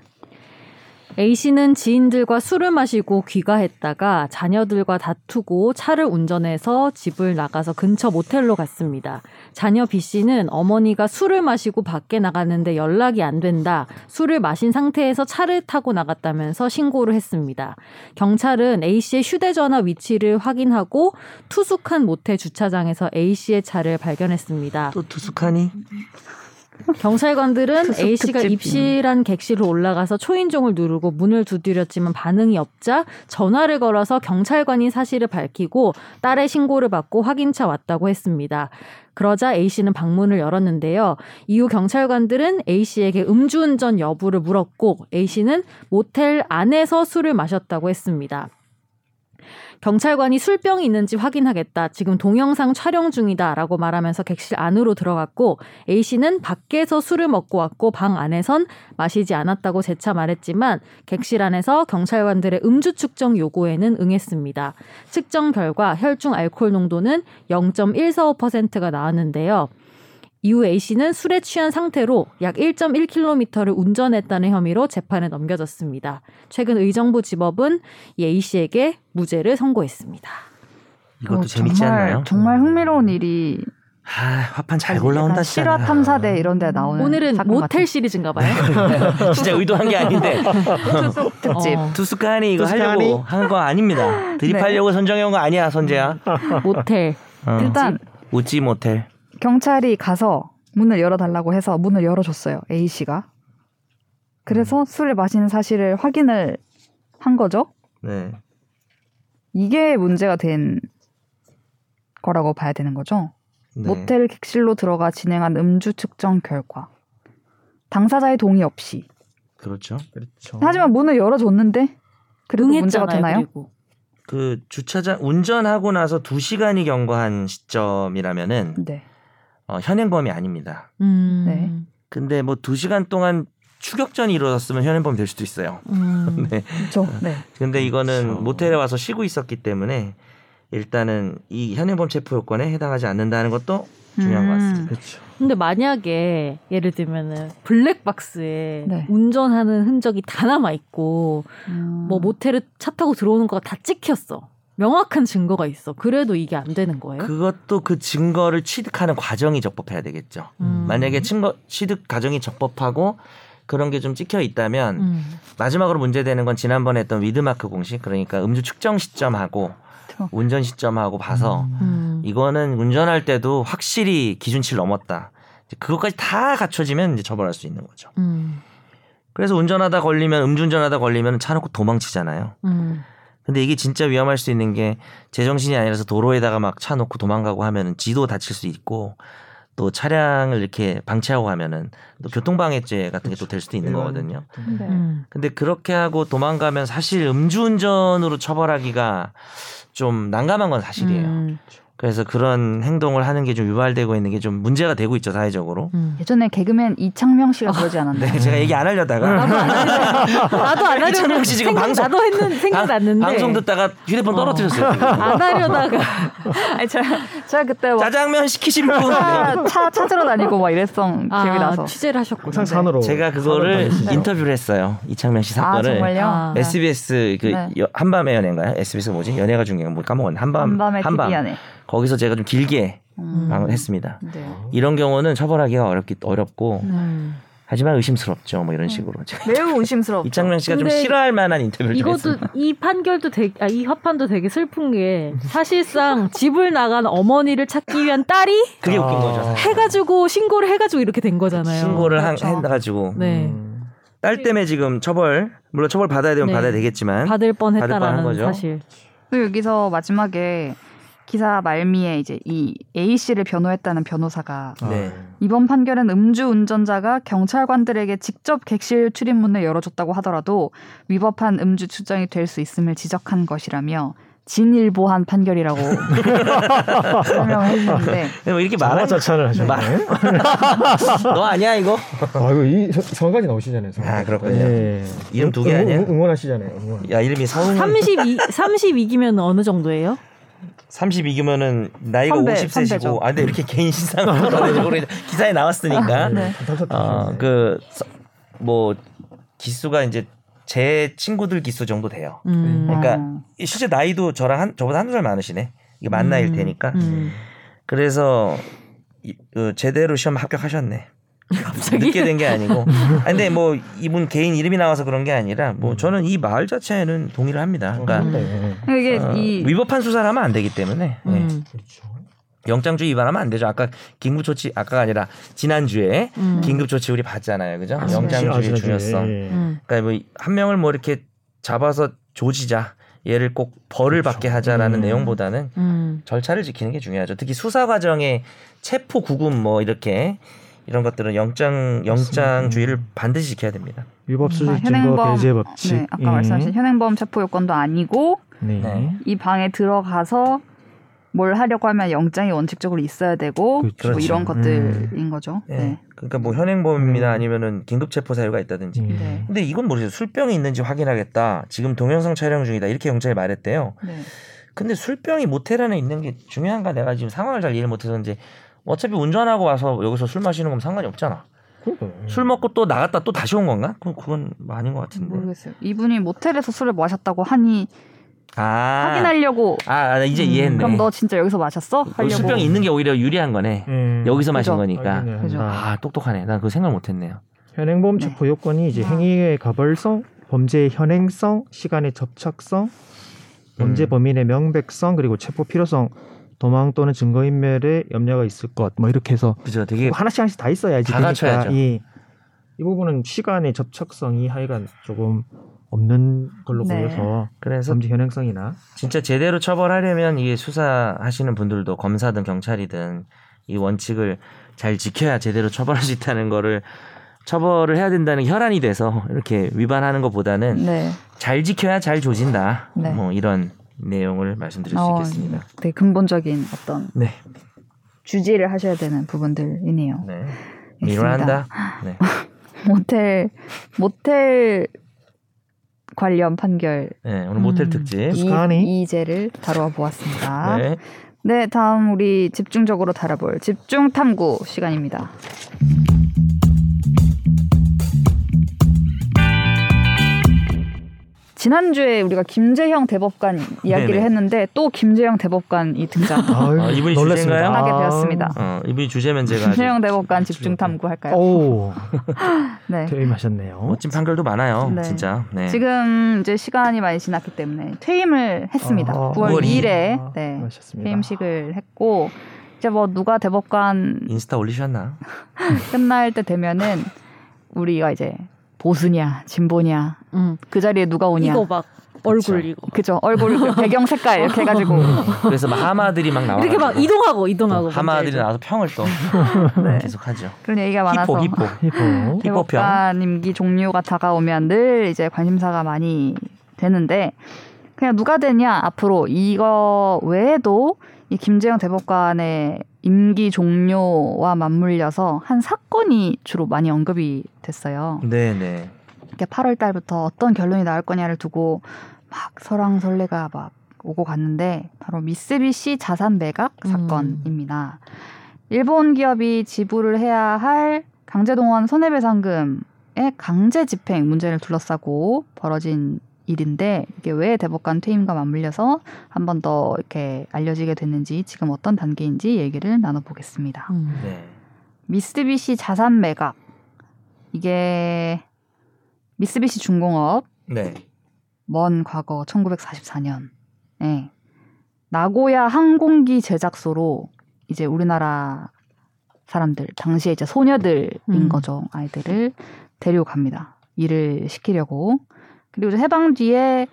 C: A 씨는 지인들과 술을 마시고 귀가했다가 자녀들과 다투고 차를 운전해서 집을 나가서 근처 모텔로 갔습니다. 자녀 B 씨는 어머니가 술을 마시고 밖에 나갔는데 연락이 안 된다. 술을 마신 상태에서 차를 타고 나갔다면서 신고를 했습니다. 경찰은 A 씨의 휴대전화 위치를 확인하고 투숙한 모텔 주차장에서 A 씨의 차를 발견했습니다.
B: 또 투숙하니?
C: 경찰관들은
A: 투숙
C: A 씨가
A: 특집.
C: 입실한 객실로 올라가서 초인종을 누르고 문을 두드렸지만 반응이 없자 전화를 걸어서 경찰관이 사실을 밝히고 딸의 신고를 받고 확인차 왔다고 했습니다. 그러자 A 씨는 방문을 열었는데요. 이후 경찰관들은 A 씨에게 음주운전 여부를 물었고 A 씨는 모텔 안에서 술을 마셨다고 했습니다. 경찰관이 술병이 있는지 확인하겠다. 지금 동영상 촬영 중이다라고 말하면서 객실 안으로 들어갔고 A 씨는 밖에서 술을 먹고 왔고 방 안에선 마시지 않았다고 재차 말했지만 객실 안에서 경찰관들의 음주 측정 요구에는 응했습니다. 측정 결과 혈중 알코올 농도는 0.145%가 나왔는데요. 이후 A 씨는 술에 취한 상태로 약 1.1km를 운전했다는 혐의로 재판에 넘겨졌습니다. 최근 의정부 지법은 이 A 씨에게 무죄를 선고했습니다.
B: 이것도
A: 어,
B: 재밌지
A: 정말,
B: 않나요?
A: 정말 흥미로운 일이
B: 아, 화판 잘 올라온다
A: 약간 실화
B: 진짜.
A: 탐사대 이런 데 나오는
C: 오늘은
A: 사건
C: 모텔 시리즈인가 봐요.
A: 네,
B: 진짜 의도한 게 아닌데
A: 같은 투숙 그렇죠. 특집.
C: 어.
B: 투숙하니 이거
E: 투숙하니?
B: 하려고 한 거 아닙니다. 드립하려고 선정해 온 거 아니야, 선재야.
C: 모텔.
B: 어.
A: 네. 일단
B: 웃지 모텔.
A: 경찰이 가서 문을 열어달라고 해서 문을 열어줬어요. A 씨가.
B: 음.
A: 그래서 술을 마신 사실을 확인을 한 거죠.
B: 네.
A: 이게 문제가 된 거라고 봐야 되는 거죠.
B: 네.
A: 모텔 객실로 들어가 진행한 음주 측정 결과 당사자의 동의 없이
B: 그렇죠.
E: 그렇죠.
A: 하지만 문을 열어줬는데 그래도 문제가
C: 응했잖아요,
A: 되나요?
C: 그리고.
B: 그 주차장 운전하고 나서 2시간이 경과한 시점이라면은
A: 네.
B: 어, 현행범이 아닙니다.
C: 음.
A: 네.
B: 근데 뭐 2시간 동안 추격전이 이루어졌으면 현행범이 될 수도 있어요.
C: 음.
B: 네.
A: 그렇죠. 네.
B: 근데 이거는
E: 그렇죠.
B: 모텔에 와서 쉬고 있었기 때문에 일단은 이 현행범 체포 요건에 해당하지 않는다는 것도 중요한 것 같습니다.
E: 그렇죠.
C: 근데 만약에 예를 들면은 블랙박스에
A: 네.
C: 운전하는 흔적이 다 남아 있고
A: 음.
C: 뭐 모텔을 차 타고 들어오는 거가 다 찍혔어. 명확한 증거가 있어. 그래도 이게 안 되는
A: 네.
C: 거예요?
B: 그것도 그 증거를 취득하는 과정이 적법해야 되겠죠.
C: 음.
B: 만약에 증거 취득 과정이 적법하고 그런 게 좀 찍혀 있다면
C: 음.
B: 마지막으로 문제되는 건 지난번에 했던 위드마크 공식 그러니까 음주 측정 시점하고
A: 그렇죠.
B: 운전 시점하고 봐서
C: 음.
B: 이거는 운전할 때도 확실히 기준치를 넘었다. 이제 그것까지 다 갖춰지면 이제 처벌할 수 있는 거죠.
C: 음.
B: 그래서 운전하다 걸리면 음주운전하다 걸리면 차 놓고 도망치잖아요.
C: 음.
B: 근데 이게 진짜 위험할 수 있는 게 제정신이 아니라서 도로에다가 막 차 놓고 도망가고 하면은 지도 다칠 수 있고 또 차량을 이렇게 방치하고 하면은 또
C: 그렇죠.
B: 교통방해죄 같은 게 또 될 수도
E: 그렇죠.
B: 있는 거거든요.
A: 네.
C: 음.
B: 근데 그렇게 하고 도망가면 사실 음주운전으로 처벌하기가 좀 난감한 건 사실이에요.
C: 음.
B: 그래서 그런 행동을 하는 게 좀 유발되고 있는 게 좀 문제가 되고 있죠 사회적으로.
C: 음.
A: 예전에 개그맨 이창명
C: 아,
A: 씨가 그러지 않았나요?
B: 네, 제가 얘기 안 하려다가
C: 나도 안 하려고. 나도 안 하려고.
B: 아, 이창용 씨 지금
C: 생각-
B: 방송-
C: 나도 했는 생각났는데.
B: 방송 듣다가 휴대폰
C: 어.
B: 떨어뜨렸어요.
C: 안 하려다가. 아니, 저,
A: 제가
C: 어.
A: 그때 막
B: 짜장면 시키신 분. 네.
A: 차, 차 찾으러 다니고 막 이랬던 기억이 나서.
C: 아, 취재를 하셨구나.
E: 그 항상 산으로
B: 제가 그거를 인터뷰를 했어요. 이창명 씨
A: 아
B: 사건을.
A: 정말요?
C: 아.
B: SBS 그
A: 네.
B: 여- 한밤의 연애인가요? SBS 가 뭐지? 연애가 중요한 뭐 까먹었네. 한밤 아.
A: 한밤의 TV 안에.
B: 거기서 제가 좀 길게
A: 음.
B: 방을 했습니다.
A: 네.
B: 이런 경우는 처벌하기가 어렵기 어렵고
C: 음.
B: 하지만 의심스럽죠. 뭐 이런 식으로 제가
A: 매우 의심스럽죠.
B: 이창명 씨가 좀
C: 근데
B: 싫어할 만한 인터뷰를 좀
C: 이것도
B: 했습니다.
C: 이 판결도 되게 아, 이 화판도 되게 슬픈 게 사실상 집을 나간 어머니를 찾기 위한 딸이
B: 그게 웃긴
E: 아.
B: 거죠. 사실.
C: 해가지고 신고를 해가지고 이렇게 된 거잖아요.
B: 신고를 한-
A: 그렇죠.
B: 해가지고
C: 네
E: 음.
B: 딸 때문에 지금 처벌 물론 처벌 받아야 되면
C: 네.
B: 받아야 되겠지만
C: 받을
B: 음. 받을 뻔한
C: 뻔했다라는
B: 거죠.
C: 사실.
A: 그리고 여기서 마지막에 기사 말미에 이제 이 A 씨를 변호했다는 변호사가
E: 아.
B: 네.
A: 이번 판결은 음주 운전자가 경찰관들에게 직접 객실 출입문을 열어줬다고 하더라도 위법한 음주 추정이 될 수 있음을 지적한 것이라며 진일보한 판결이라고 설명을 해주는데
B: 근데 뭐 이렇게
E: 말아
B: 말하면
E: 자찬을 하셨네.
B: 말- 너 아니야 이거
E: 아 이거 이 성- 성까지 나오시잖아요. 성.
B: 아, 그렇군요.
E: 예.
B: 이름 두개
E: 응-
B: 아니야?
E: 응- 응원하시잖아요. 응원.
B: 야 이름이 성훈
C: 32 32기면 어느 정도예요?
B: 32기면은 나이가
A: 선배,
B: 50세시고
A: 선배죠.
B: 아 근데 이렇게 개인 신상 으로 기사에
C: 아,
B: 나왔으니까 어,
A: 네.
E: 감사드립니다.
B: 아, 어그 뭐 기수가 이제 제 친구들 기수 정도 돼요.
C: 음.
B: 그러니까
A: 어,
B: 실제 나이도 저랑 한 저보다 한두 살 많으시네. 이게 만 나이일
C: 음,
B: 테니까.
C: 음.
B: 그래서 이- 그 제대로 시험 합격하셨네.
C: 갑자기
B: 늦게 된 게 아니고. 아, 근데 뭐 이분 개인 이름이 나와서 그런 게 아니라 뭐 저는 이 마을 자체에는 동의를 합니다.
C: 음.
B: 그러니까
E: 네.
A: 이게
B: 어,
A: 이
B: 위법한 수사를 하면 안 되기 때문에 예.
C: 음.
E: 그렇죠.
B: 영장주 위반하면 안 되죠. 아까 긴급조치 아까가 아니라 지난주에
C: 음.
B: 긴급조치 우리 봤잖아요, 그죠?
A: 아,
B: 영장주의
E: 아,
B: 중요성.
E: 예, 예.
C: 음.
B: 그러니까 뭐 한 명을 뭐 이렇게 잡아서 조지자 얘를 꼭 벌을 받게 하자라는
E: 음.
B: 내용보다는
C: 음.
B: 절차를 지키는 게 중요하죠. 특히 수사 과정에 체포 구금 뭐 이렇게 이런 것들은 영장 영장 주의를 반드시 지켜야 됩니다.
E: 위법 수집
A: 음,
E: 증거
A: 현행범-
E: 배제 법칙.
A: 네, 아까
E: 음.
A: 말씀하신 현행범 체포 요건도 아니고
E: 네.
B: 네.
A: 이 방에 들어가서 뭘 하려고 하면 영장이 원칙적으로 있어야 되고
E: 그렇죠.
A: 뭐 이런
B: 음.
A: 것들인 거죠.
B: 예.
A: 네.
B: 그러니까 뭐 현행범이나
E: 음.
B: 아니면은 긴급 체포 사유가 있다든지.
E: 음.
A: 네.
B: 근데 이건 모르죠. 술병이 있는지 확인하겠다. 지금 동영상 촬영 중이다. 이렇게 경찰이 말했대요.
A: 네.
B: 근데 술병이 모텔 안에 있는 게 중요한가 내가 지금 상황을 잘 이해를 못해서 이제 어차피 운전하고 와서 여기서 술 마시는 건 상관이 없잖아.
A: 음.
E: 그러니까요. 뭐, 예.
B: 술 먹고 또 나갔다 또 다시 온 건가? 그건, 그건 뭐 아닌 것 같은데.
A: 모르겠어요. 이분이 모텔에서 술을 마셨다고 하니
B: 아.
A: 확인하려고
B: 아, 나 이제 이해했네.
A: 음,
B: 그
A: 그럼 너 진짜 여기서 마셨어? 하려고
B: 술병이 있는 게 오히려 유리한 거네.
E: 음.
B: 여기서 마신
A: 그죠.
B: 거니까.
E: 확인을
A: 그죠.
E: 한다.
B: 아, 똑똑하네. 난 그거 생각 못 했네요.
E: 현행범
A: 네.
E: 체포 요건이 이제 행위의 가벌성, 범죄의 현행성, 시간의 접착성, 범죄
B: 음.
E: 범인의 명백성 그리고 체포 필요성, 도망 또는 증거인멸의 염려가 있을 것, 뭐 이렇게 해서
B: 그죠. 되게
E: 뭐 하나씩 하나씩 다 있어야지
B: 다
E: 되니까
B: 갖춰야죠.
E: 이, 이 부분은 시간의 접착성이 하여간 조금 없는 걸로
A: 네.
E: 보여서
B: 그래서
E: 범죄 현행성이나
B: 진짜 제대로 처벌하려면 이 수사하시는 분들도 검사든 경찰이든 이 원칙을 잘 지켜야 제대로 처벌할 수 있다는 거를 처벌을 해야 된다는 게 혈안이 돼서 이렇게 위반하는 것보다는
A: 네.
B: 잘 지켜야 잘 조진다.
A: 네.
B: 뭐 이런 내용을 말씀드릴 수
A: 어,
B: 있겠습니다.
A: 되게 근본적인 어떤
B: 네.
A: 주지를 하셔야 되는 부분들이네요.
B: 네.
A: 있습니다.
B: 일어난다. 네.
A: 모텔 모텔 관련 판결
B: 네, 오늘 모텔
C: 음.
B: 특집.
E: 스카니.
A: 이, 이제를 다루어 보았습니다. 네.
B: 네.
A: 다음 우리 집중적으로 다뤄볼 집중 탐구 시간입니다. 지난주에 우리가 김재형 대법관 이야기를
B: 네네.
A: 했는데 또 김재형 대법관이 등장.
E: 아유,
B: 아, 이분이
E: 놀랐습니다.
B: 주제인가요?
A: 하게 되었습니다.
B: 어, 이분이 주제면 제가 아주
A: 김재형 대법관 집중 탐구 할까요?
E: 오,
A: 네.
E: 어, 퇴임하셨네요.
B: 멋진 판결도 많아요.
A: 네.
B: 진짜. 네.
A: 지금 이제 시간이 많이 지났기 때문에 퇴임을 했습니다.
E: 아,
A: 9월
B: 구월
A: 2일에 네,
E: 하셨습니다.
A: 퇴임식을 했고 이제 뭐 누가 대법관
B: 인스타 올리셨나?
A: 끝날 때 되면은 우리가 이제 보수냐 진보냐
C: 음.
A: 그 자리에 누가 오냐
C: 이거 막 얼굴 이거
A: 그죠 얼굴 그 배경 색깔 이렇게 해가지고
B: 그래서 막 하마들이 막 나와.
C: 이렇게 막 이동하고 이동하고
B: 하마들이
C: 뭔지
B: 나와서 평을 또
A: 네.
B: 계속하죠.
A: 그런 얘기가 많아서
B: 히포 히포.
E: 히포.
A: 대법관 임기 종료가 다가오면 늘 이제 관심사가 많이 되는데 그냥 누가 되냐 앞으로 이거 외에도 이 김재영 대법관의 임기 종료와 맞물려서 한 사건이 주로 많이 언급이 됐어요.
B: 네, 네.
A: 이렇게 8월 달부터 어떤 결론이 나올 거냐를 두고 막 설왕설래가 막 오고 갔는데 바로 미쓰비시 자산 매각
C: 음.
A: 사건입니다. 일본 기업이 지불을 해야 할 강제동원 손해배상금의 강제 집행 문제를 둘러싸고 벌어진 일인데 이게 왜 대법관 퇴임과 맞물려서 한 번 더 이렇게 알려지게 됐는지 지금 어떤 단계인지 얘기를 나눠보겠습니다.
C: 음.
B: 네.
A: 미쓰비시 자산 매각 이게 미쓰비시 중공업
B: 네.
A: 먼 과거 1944년에 예. 나고야 항공기 제작소로 이제 우리나라 사람들 당시에 이제 소녀들인
C: 음.
A: 거죠 아이들을 데려갑니다 일을 시키려고 그리고 이제 해방 뒤에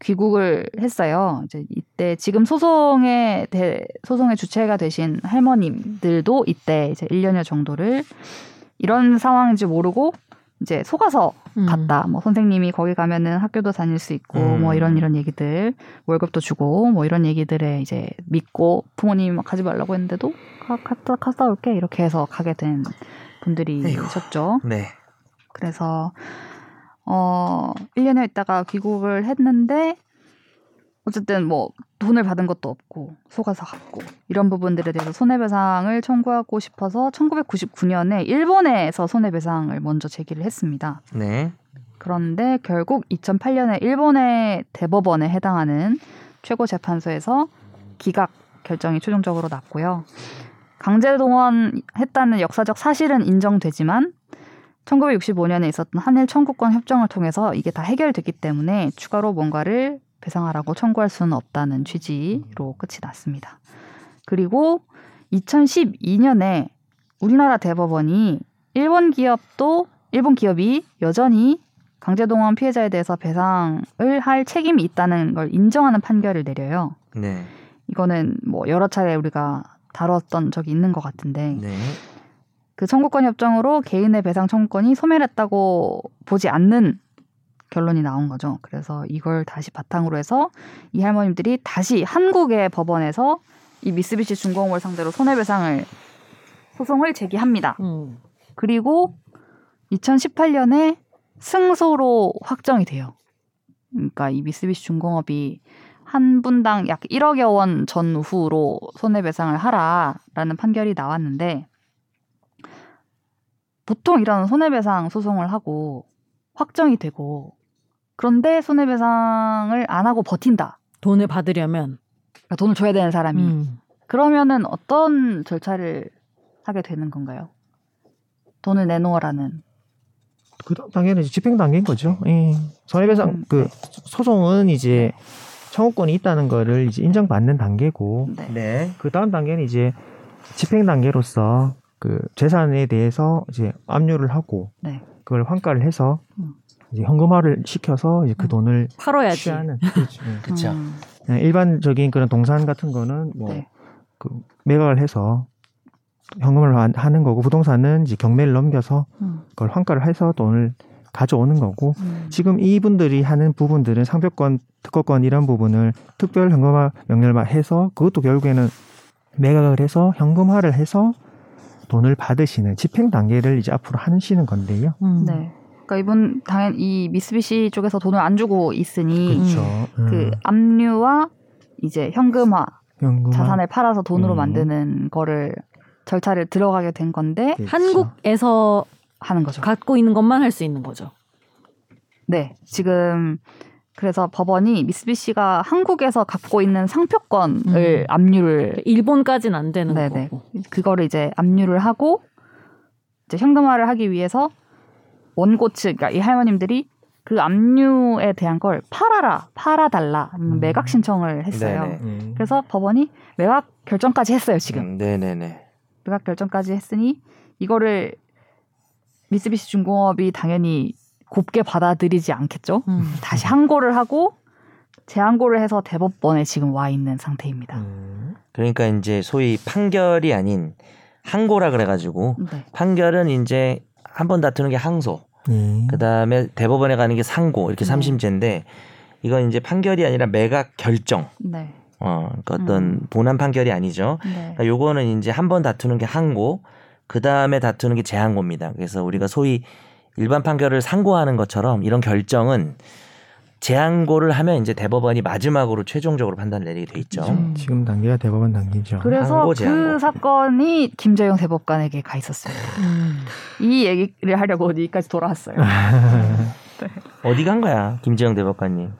A: 귀국을 했어요 이제 이때 지금 소송의 대, 소송의 주체가 되신 할머님들도 이때 이제 1년여 정도를 이런 상황인지 모르고 이제 속아서
C: 음.
A: 갔다. 뭐 선생님이 거기 가면은 학교도 다닐 수 있고
B: 음.
A: 뭐 이런 이런 얘기들 월급도 주고 뭐 이런 얘기들에 이제 믿고 부모님 막 가지 말라고 했는데도 가, 갔다 갔다 올게 이렇게 해서 가게 된 분들이
B: 에이구.
A: 있었죠.
B: 네.
A: 그래서 어 1년여 있다가 귀국을 했는데 어쨌든 뭐 돈을 받은 것도 없고 속아서 갔고 이런 부분들에 대해서 손해배상을 청구하고 싶어서 1999년에 일본에서 손해배상을 먼저 제기를 했습니다.
B: 네.
A: 그런데 결국 2008년에 일본의 대법원에 해당하는 최고 재판소에서 기각 결정이 최종적으로 났고요. 강제 동원했다는 역사적 사실은 인정되지만 1965년에 있었던 한일 청구권 협정을 통해서 이게 다 해결됐기 때문에 추가로 뭔가를 배상하라고 청구할 수는 없다는 취지로 끝이 났습니다. 그리고 2012년에 우리나라 대법원이 일본 기업도 일본 기업이 여전히 강제동원 피해자에 대해서 배상을 할 책임이 있다는 걸 인정하는 판결을 내려요.
B: 네.
A: 이거는 뭐 여러 차례 우리가 다뤘던 적이 있는 것 같은데
B: 네.
A: 그 청구권 협정으로 개인의 배상 청구권이 소멸했다고 보지 않는 결론이 나온 거죠. 그래서 이걸 다시 바탕으로 해서 이 할머님들이 다시 한국의 법원에서 이 미쓰비시 중공업을 상대로 손해배상을 소송을 제기합니다.
C: 음.
A: 그리고 2018년에 승소로 확정이 돼요. 그러니까 이 미쓰비시 중공업이 한 분당 약 1억여 원 전후로 손해배상을 하라라는 판결이 나왔는데 보통 이런 손해배상 소송을 하고 확정이 되고 그런데 손해배상을 안 하고 버틴다.
C: 돈을 받으려면
A: 그러니까 돈을 줘야 되는 사람이
C: 음.
A: 그러면은 어떤 절차를 하게 되는 건가요? 돈을 내놓으라는
E: 그 당연히 집행 단계인 거죠. 예. 손해배상
A: 그렇죠. 음,
E: 그 소송은 이제 청구권이 있다는 거를 이제 인정받는 단계고
A: 네.
B: 네.
E: 그 다음 단계는 이제 집행 단계로서 그 재산에 대해서 이제 압류를 하고
A: 네.
E: 그걸 환가를 해서
A: 음.
E: 이제 현금화를 시켜서 이제 그
A: 음.
E: 돈을
C: 팔아야지.
E: 취하는 그렇죠. 예.
B: 그렇죠.
A: 음.
E: 그냥 일반적인 그런 동산 같은 거는 뭐
A: 네.
E: 그 매각을 해서 현금을 하- 하는 거고 부동산은 이제 경매를 넘겨서
A: 음.
E: 그걸 환가를 해서 돈을 가져오는 거고
A: 음.
E: 지금 이분들이 하는 부분들은 상표권, 특허권 이런 부분을 특별 현금화 명령을 해서 그것도 결국에는 매각을 해서 현금화를 해서 돈을 받으시는 집행 단계를 이제 앞으로 하시는 건데요.
C: 음.
A: 네. 그러니까 이분 당연 히 미쓰비시 쪽에서 돈을 안 주고 있으니
E: 그렇죠.
A: 그 압류와 이제 현금화
E: 현금
A: 자산을 팔아서 돈으로
E: 음.
A: 만드는 거를 절차를 들어가게 된 건데
E: 네. 그렇죠.
C: 한국에서
A: 하는 거죠.
C: 갖고 있는 것만 할 수 있는 거죠.
A: 네, 지금 그래서 법원이 미쓰비시가 한국에서 갖고 있는 상표권을
C: 음.
A: 압류를
C: 일본까지는 안 되는
A: 네네.
C: 거고.
A: 그거를 이제 압류를 하고 이제 현금화를 하기 위해서 원고 측, 그러니까 이 할머님들이 그 압류에 대한 걸 팔아라, 팔아달라 하는
E: 음.
A: 매각 신청을 했어요.
B: 네네.
A: 그래서 법원이 매각 결정까지 했어요. 지금
B: 음, 네네네.
A: 매각 결정까지 했으니 이거를 미쓰비시 중공업이 당연히 곱게 받아들이지 않겠죠.
C: 음.
A: 다시 항고를 하고 재항고를 해서 대법원에 지금 와 있는 상태입니다.
E: 음.
B: 그러니까 이제 소위 판결이 아닌 항고라 그래가지고
A: 네.
B: 판결은 이제 한 번 다투는 게 항소,
E: 예.
B: 그 다음에 대법원에 가는 게 상고 이렇게
A: 네.
B: 삼심제인데 이건 이제 판결이 아니라 매각 결정,
A: 네.
B: 어, 그러니까 어떤
A: 음.
B: 본안 판결이 아니죠.
A: 네.
B: 그러니까 요거는 이제 한 번 다투는 게 항고, 그 다음에 다투는 게 재항고입니다. 그래서 우리가 소위 일반 판결을 상고하는 것처럼 이런 결정은 재항고를 하면 이제 대법원이 마지막으로 최종적으로 판단을 내리게 돼 있죠.
C: 그렇죠.
E: 지금 단계가 대법원 단계죠.
A: 그래서
B: 항고,
A: 그
B: 재항고.
A: 사건이 김재영 대법관에게 가 있었습니다.
C: 음.
A: 이 얘기를 하려고 여기까지 돌아왔어요.
B: 어디 간 거야, 김재영 대법관님?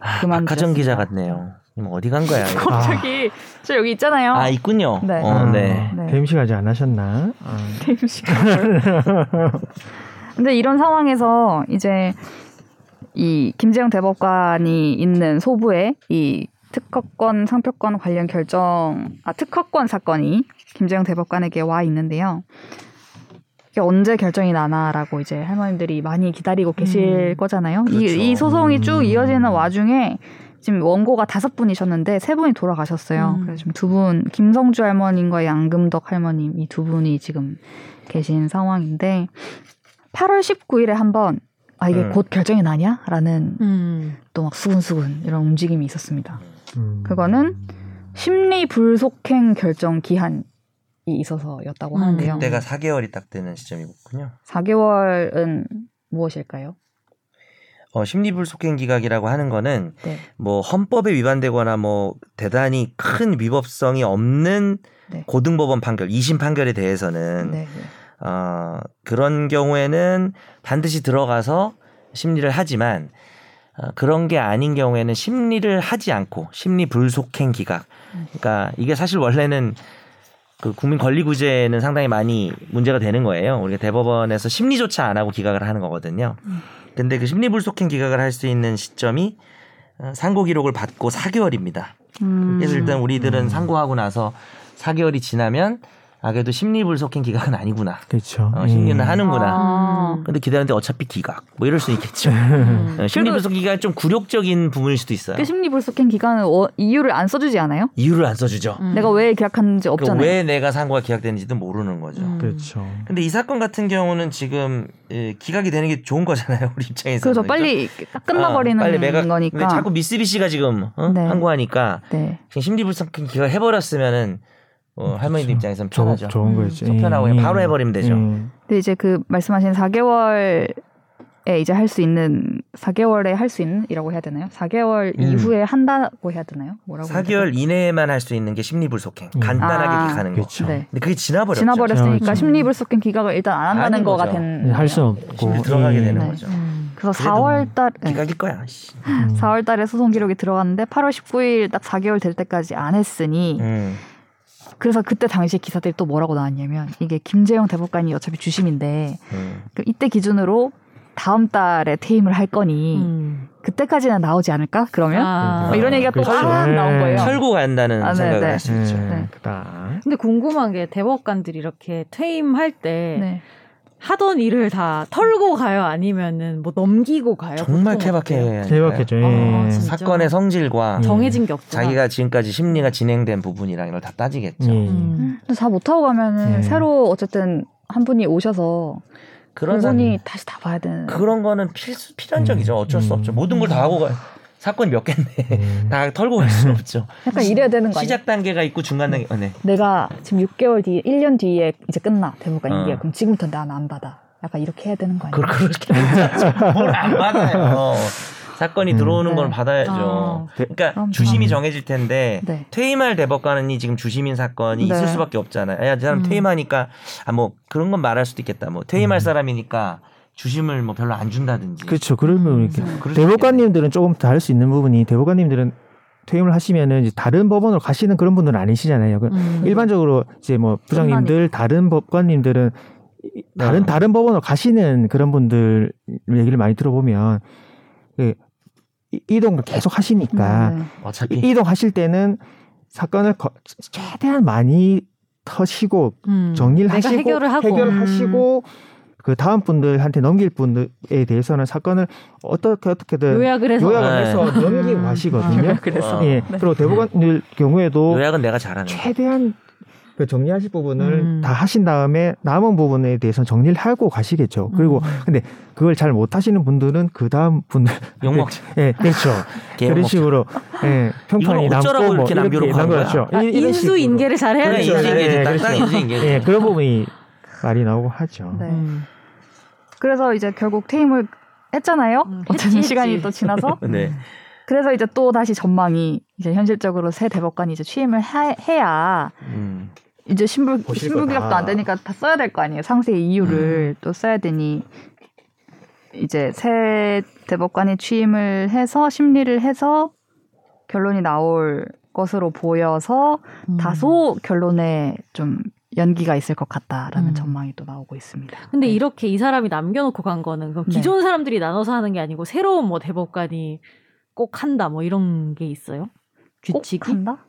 B: 아,
A: 그만
B: 박하정
A: 드셨습니다.
B: 기자 같네요. 님 어디 간 거야? 이거?
A: 갑자기 저 여기 있잖아요.
B: 아 있군요.
A: 네.
B: 어, 네.
A: 네.
E: 뱀식 아직 안 하셨나? 아.
A: 음. 근데 이런 상황에서 이제 이 김재영 대법관이 있는 소부의 이 특허권 상표권 관련 결정 아 특허권 사건이 김재영 대법관에게 와 있는데요. 이게 언제 결정이 나나라고 이제 할머님들이 많이 기다리고 계실
C: 음.
A: 거잖아요. 이-
B: 그렇죠.
A: 이, 소송이 쭉
E: 음.
A: 이어지는 와중에 지금 원고가 다섯 분이셨는데 세 분이 돌아가셨어요.
C: 음.
A: 그래서 지금 두 분, 김성주 할머님과 양금덕 할머님 이 두 분이 지금 계신 상황인데 8월 19일에 한번 아 이게
B: 음.
A: 곧 결정이 나냐라는
C: 음.
A: 또 막 수근수근 이런 움직임이 있었습니다.
E: 음.
A: 그거는 심리 불속행 결정 기한이 있어서였다고
C: 음.
A: 하는데요.
B: 그때가 4개월이 딱 되는 시점이군요.
A: 4개월은 무엇일까요?
B: 어, 심리불속행 기각이라고 하는 거는
A: 네.
B: 뭐 헌법에 위반되거나 뭐 대단히 큰 위법성이 없는
A: 네.
B: 고등법원 판결, 2심 판결에 대해서는
A: 네.
B: 어, 그런 경우에는 반드시 들어가서 심리를 하지만 어, 그런 게 아닌 경우에는 심리를 하지 않고 심리 불속행 기각. 그러니까 이게 사실 원래는 그 국민 권리 구제는 상당히 많이 문제가 되는 거예요. 우리가 대법원에서 심리조차 안 하고 기각을 하는 거거든요. 근데 그 심리 불속행 기각을 할 수 있는 시점이 어, 상고 기록을 받고 4개월입니다.
A: 음.
B: 그래서 일단 우리들은
E: 음.
B: 상고하고 나서 4개월이 지나면 아 그래도 심리 불속행 기각은 아니구나.
E: 그렇죠.
B: 어, 심리는
E: 예.
B: 하는구나.
A: 아.
B: 근데 기다리는데 어차피 기각. 뭐 이럴 수 있겠죠.
E: 네.
C: 음.
B: 어, 심리
A: 그리고-
B: 분석 기각이 좀 굴욕적인 부분일 수도 있어요.
A: 그 심리 불속행 기간은 원- 이유를 안 써주지 않아요?
B: 이유를 안 써주죠.
C: 음.
A: 내가 왜 계약하는지
B: 그러니까
A: 없잖아요.
B: 왜 내가 상고가 기각되는지도 모르는 거죠.
C: 음.
E: 그렇죠.
B: 근데 이 사건 같은 경우는 지금 예, 기각이 되는 게 좋은 거잖아요. 우리 입장에서.
A: 그래서 그렇죠. 빨리 딱
B: 아,
A: 끝나버리는 거니까.
B: 근데 자꾸 미쓰비시가 지금 어?
A: 네.
B: 항고하니까
A: 네.
B: 지금 심리 분석 기각 해버렸으면은 어, 할머니들
E: 그렇죠.
B: 입장에서는
E: 저,
B: 편하죠.
E: 좋은
C: 음.
E: 거였죠.
B: 저 편하고 그냥
E: 예.
B: 바로 해버리면 되죠.
E: 예.
A: 근데 이제 그 말씀하신 4개월에 이제 할 수 있는 4개월에 할 수 있는이라고 해야 되나요? 4개월
B: 음.
A: 이후에 한다고 해야 되나요? 뭐라고? 해야
B: 4개월 이내에만 할 수 있는 게 심리 불속행.
E: 음.
B: 간단하게
A: 아.
B: 기각하는 거.
E: 그렇죠.
A: 네.
B: 근데 그게 지나버렸죠.
A: 지나버렸으니까
E: 그렇죠.
A: 심리불속행 기각을 일단 안 한다는
B: 아닌
A: 거가
B: 거죠.
A: 된.
E: 할 수 없고
B: 심리 들어가게
E: 예.
B: 되는
A: 네.
B: 거죠.
C: 음.
A: 그래서
B: 그래도
A: 4월 달 네.
B: 기각일 거야. 씨.
E: 음.
A: 4월 달에 소송 기록이 들어갔는데 8월 19일 딱 4개월 될 때까지 안 했으니
B: 음.
A: 그래서 그때 당시에 기사들이 또 뭐라고 나왔냐면 이게 김재영 대법관이 어차피 주심인데
B: 음.
A: 그 이때 기준으로 다음 달에 퇴임을 할 거니
C: 음.
A: 그때까지는 나오지 않을까? 그러면
C: 아.
A: 뭐 이런 얘기가 또
E: 그렇죠.
A: 막 나온 거예요.
E: 네.
B: 철고 간다는
A: 아, 네,
B: 생각을
A: 네.
B: 할 수 있죠.
E: 예.
A: 네.
E: 그다.
C: 근데 궁금한 게 대법관들이 이렇게 퇴임할 때
A: 네.
C: 하던 일을 다 털고 가요? 아니면은 뭐 넘기고 가요?
B: 정말
C: 보통 어때요?
B: 케바케.
E: 대박했죠. 예.
C: 아, 진짜.
B: 사건의 성질과
E: 음.
C: 정해진 게 없구나.
B: 자기가 지금까지 심리가 진행된 부분이랑 이걸 다 따지겠죠.
E: 예.
C: 음.
A: 근데 다 못하고 가면은
E: 네.
A: 새로 어쨌든 한 분이 오셔서
B: 그런 사-
A: 부분이 다시 다 봐야 되는.
B: 그런 거는 필수 필연적이죠. 어쩔 수
E: 음.
B: 없죠. 모든 걸 다 하고 가 사건이 몇 개인데
E: 예.
B: 다 털고 갈 수는 없죠.
F: 약간 이래야 되는 거 아니야?
B: 시작 단계가 있고 중간 단계. 어, 네.
F: 내가 지금 6개월 뒤에 1년 뒤에 이제 끝나 대법관
B: 어.
F: 이게 그럼 지금부터 난 안 받아. 약간 이렇게 해야 되는 거 아니야?
B: 그걸 그렇게 뭘안 받아요. 사건이
E: 음.
B: 들어오는 걸
F: 네.
B: 받아야죠.
A: 아,
B: 그러니까
A: 그럼요.
B: 주심이 정해질 텐데
F: 네.
B: 퇴임할 대법관이 지금 주심인 사건이
A: 네.
B: 있을 수밖에 없잖아요. 야, 저 사람
C: 음.
B: 퇴임하니까 아 뭐 그런 건 말할 수도 있겠다. 뭐 퇴임할
E: 음.
B: 사람이니까 주심을 뭐 별로 안 준다든지. 뭐
E: 그렇죠. 그러면 이렇게
B: 그럴 수
E: 대법관님들은 조금 다 할 수 있는 부분이 대법관님들은 퇴임을 하시면은 이제 다른 법원으로 가시는 그런 분들은 아니시잖아요. 그
C: 음.
E: 일반적으로 이제 뭐 부장님들 다른 법관님들은 이- 다른
B: 어.
E: 다른 법원으로 가시는 그런 분들 얘기를 많이 들어보면 그 이- 이동을 계속 하시니까
C: 음,
A: 네.
B: 있겠네. 어차피
E: 이- 이동하실 때는 사건을 거- 최대한 많이 터시고
C: 음.
E: 정리를
C: 내가
E: 하시고
C: 해결을 하고
A: 음.
E: 하시고 그 다음 분들한테 넘길 분들에 대해서는 사건을 어떻게 어떻게든
C: 요약을 해서
E: 요약을
B: 네.
E: 해서 넘기고
C: 음. 네.
E: 하시거든요.
B: 그래서
E: 예. 그리고 대법관들 경우에도
B: 어. 요약은 내가 잘하는. 거.
E: 최대한 그 정리하실 부분을
C: 음.
E: 다 하신 다음에 남은 부분에 대해서 정리를 하고 가시겠죠. 그리고
C: 음.
E: 근데 그걸 잘 못하시는 분들은 그 다음 분들
B: 욕 먹자.
E: 예, 그렇죠.
B: 개
E: 그런
B: 먹자.
E: 식으로 예, 평판이
B: 이걸 어쩌라고
E: 남고 뭐
B: 이렇게 남겨놓고
E: 이렇게
B: 한 거야?
E: 남겨놨죠.
C: 아,
E: 이- 이런 식으로.
C: 인수인계를 잘 해야
B: 그래
E: 그렇죠.
C: 되잖아요.
B: 인수인계지.
E: 인수인계. 예,
B: 딱딱
E: 그렇죠.
B: 인수인계지.
E: 예, 그런 부분이 많이 나오고 하죠.
A: 네.
C: 음.
A: 그래서 이제 결국 퇴임을 했잖아요.
C: 음, 했지,
A: 어쨌든
C: 했지.
A: 시간이 또 지나서
C: 음.
B: 네.
A: 그래서 이제 또 다시 전망이 이제 현실적으로 새 대법관이 이제 취임을 하- 해야
B: 음.
A: 이제 신불
D: 보실
A: 신불 기각도
D: 거다. 음.
A: 안 되니까 다 써야 될 거 아니에요. 상세 이유를 또 써야 되니 이제 새 대법관이 취임을 해서 심리를 해서 결론이 나올 것으로 보여서
C: 음.
A: 다소 결론에 좀 연기가 있을 것 같다라는
C: 음.
A: 전망이 또 나오고 있습니다.
C: 근데
A: 네.
C: 이렇게 이 사람이 남겨놓고 간 거는 그럼
A: 네.
C: 기존 사람들이 나눠서 하는 게 아니고 새로운 뭐 대법관이 꼭 한다 뭐 이런 게 있어요?
A: 꼭
C: 규칙이?
A: 한다?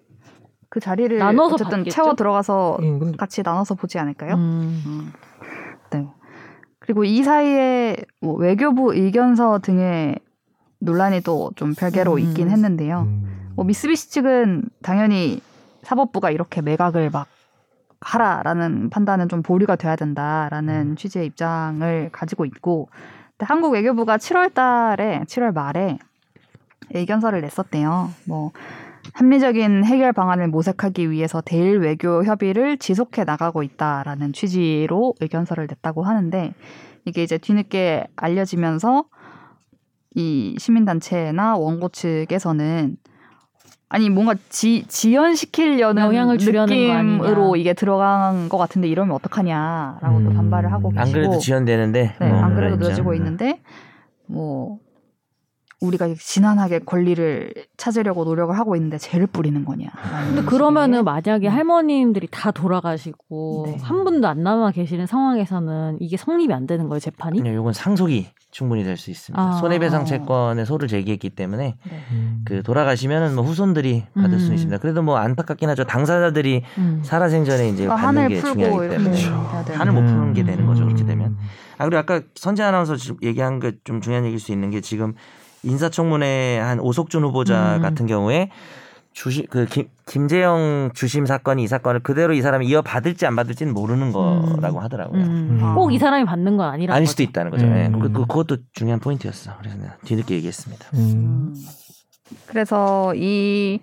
A: 그 자리를
C: 나눠서
A: 어쨌든
C: 받겠죠?
A: 채워 들어가서
E: 예, 근데
A: 같이 나눠서 보지 않을까요?
C: 음.
A: 음. 네. 그리고 이 사이에 뭐 외교부 의견서 등의 논란이 또 좀 별개로
C: 음.
A: 있긴 했는데요.
E: 음.
A: 뭐 미쓰비시 측은 당연히 사법부가 이렇게 매각을 막 하라라는 판단은 좀 보류가 돼야 된다라는 취지의 입장을 가지고 있고 근데 한국 외교부가 7월 달에 7월 말에 의견서를 냈었대요. 뭐 합리적인 해결 방안을 모색하기 위해서 대일 외교 협의를 지속해 나가고 있다라는 취지로 의견서를 냈다고 하는데 이게 이제 뒤늦게 알려지면서 이 시민단체나 원고 측에서는 아니 뭔가 지, 지연시키려는
C: 영향을 주려는 거 아니냐.
A: 느낌으로 이게 들어간 것 같은데 이러면 어떡하냐라고 또
E: 음.
A: 반발을 하고 계시고
B: 안 그래도 지연되는데.
A: 네,
B: 뭐
A: 안 그래도
B: 그랬죠.
A: 늦어지고 있는데 뭐 우리가 진한하게 권리를 찾으려고 노력을 하고 있는데 죄를 뿌리는 거냐.
C: 근데 그러면은 만약에 할머님들이 다 돌아가시고
A: 네.
C: 한 분도 안 남아 계시는 상황에서는 이게 성립이 안 되는 거예요 재판이?
B: 아니요, 이건 상속이 충분히 될 수 있습니다.
C: 아.
B: 손해배상 채권의 소를 제기했기 때문에
E: 음.
B: 그 돌아가시면은 뭐 후손들이 받을
C: 음.
B: 수는 있습니다. 그래도 뭐 안타깝긴 하죠. 당사자들이
C: 음.
B: 살아생전에 이제 받는
A: 하늘
B: 게
A: 풀고
B: 중요하기
A: 이렇게 네.
B: 때문에
A: 해야 되는
B: 한을 못 푸는 게
C: 음.
B: 되는 거죠. 그렇게 되면.
E: 음.
B: 아 그리고 아까 선재 아나운서 지금 얘기한 게 좀 중요한 얘기일 수 있는 게 지금 인사청문회 한 오석준 후보자
C: 음.
B: 같은 경우에 주심 그 김, 김재영 주심 사건이 이 사건을 그대로 이 사람이 이어받을지 안 받을지는 모르는 거라고 하더라고요.
C: 음.
A: 아.
C: 꼭 이 사람이 받는 건 아니라
B: 아닐 수도 있다는 거죠. 예,
E: 음.
B: 그, 것도 중요한 포인트였어. 그래서 내가 뒤늦게 얘기했습니다.
E: 음.
A: 그래서 이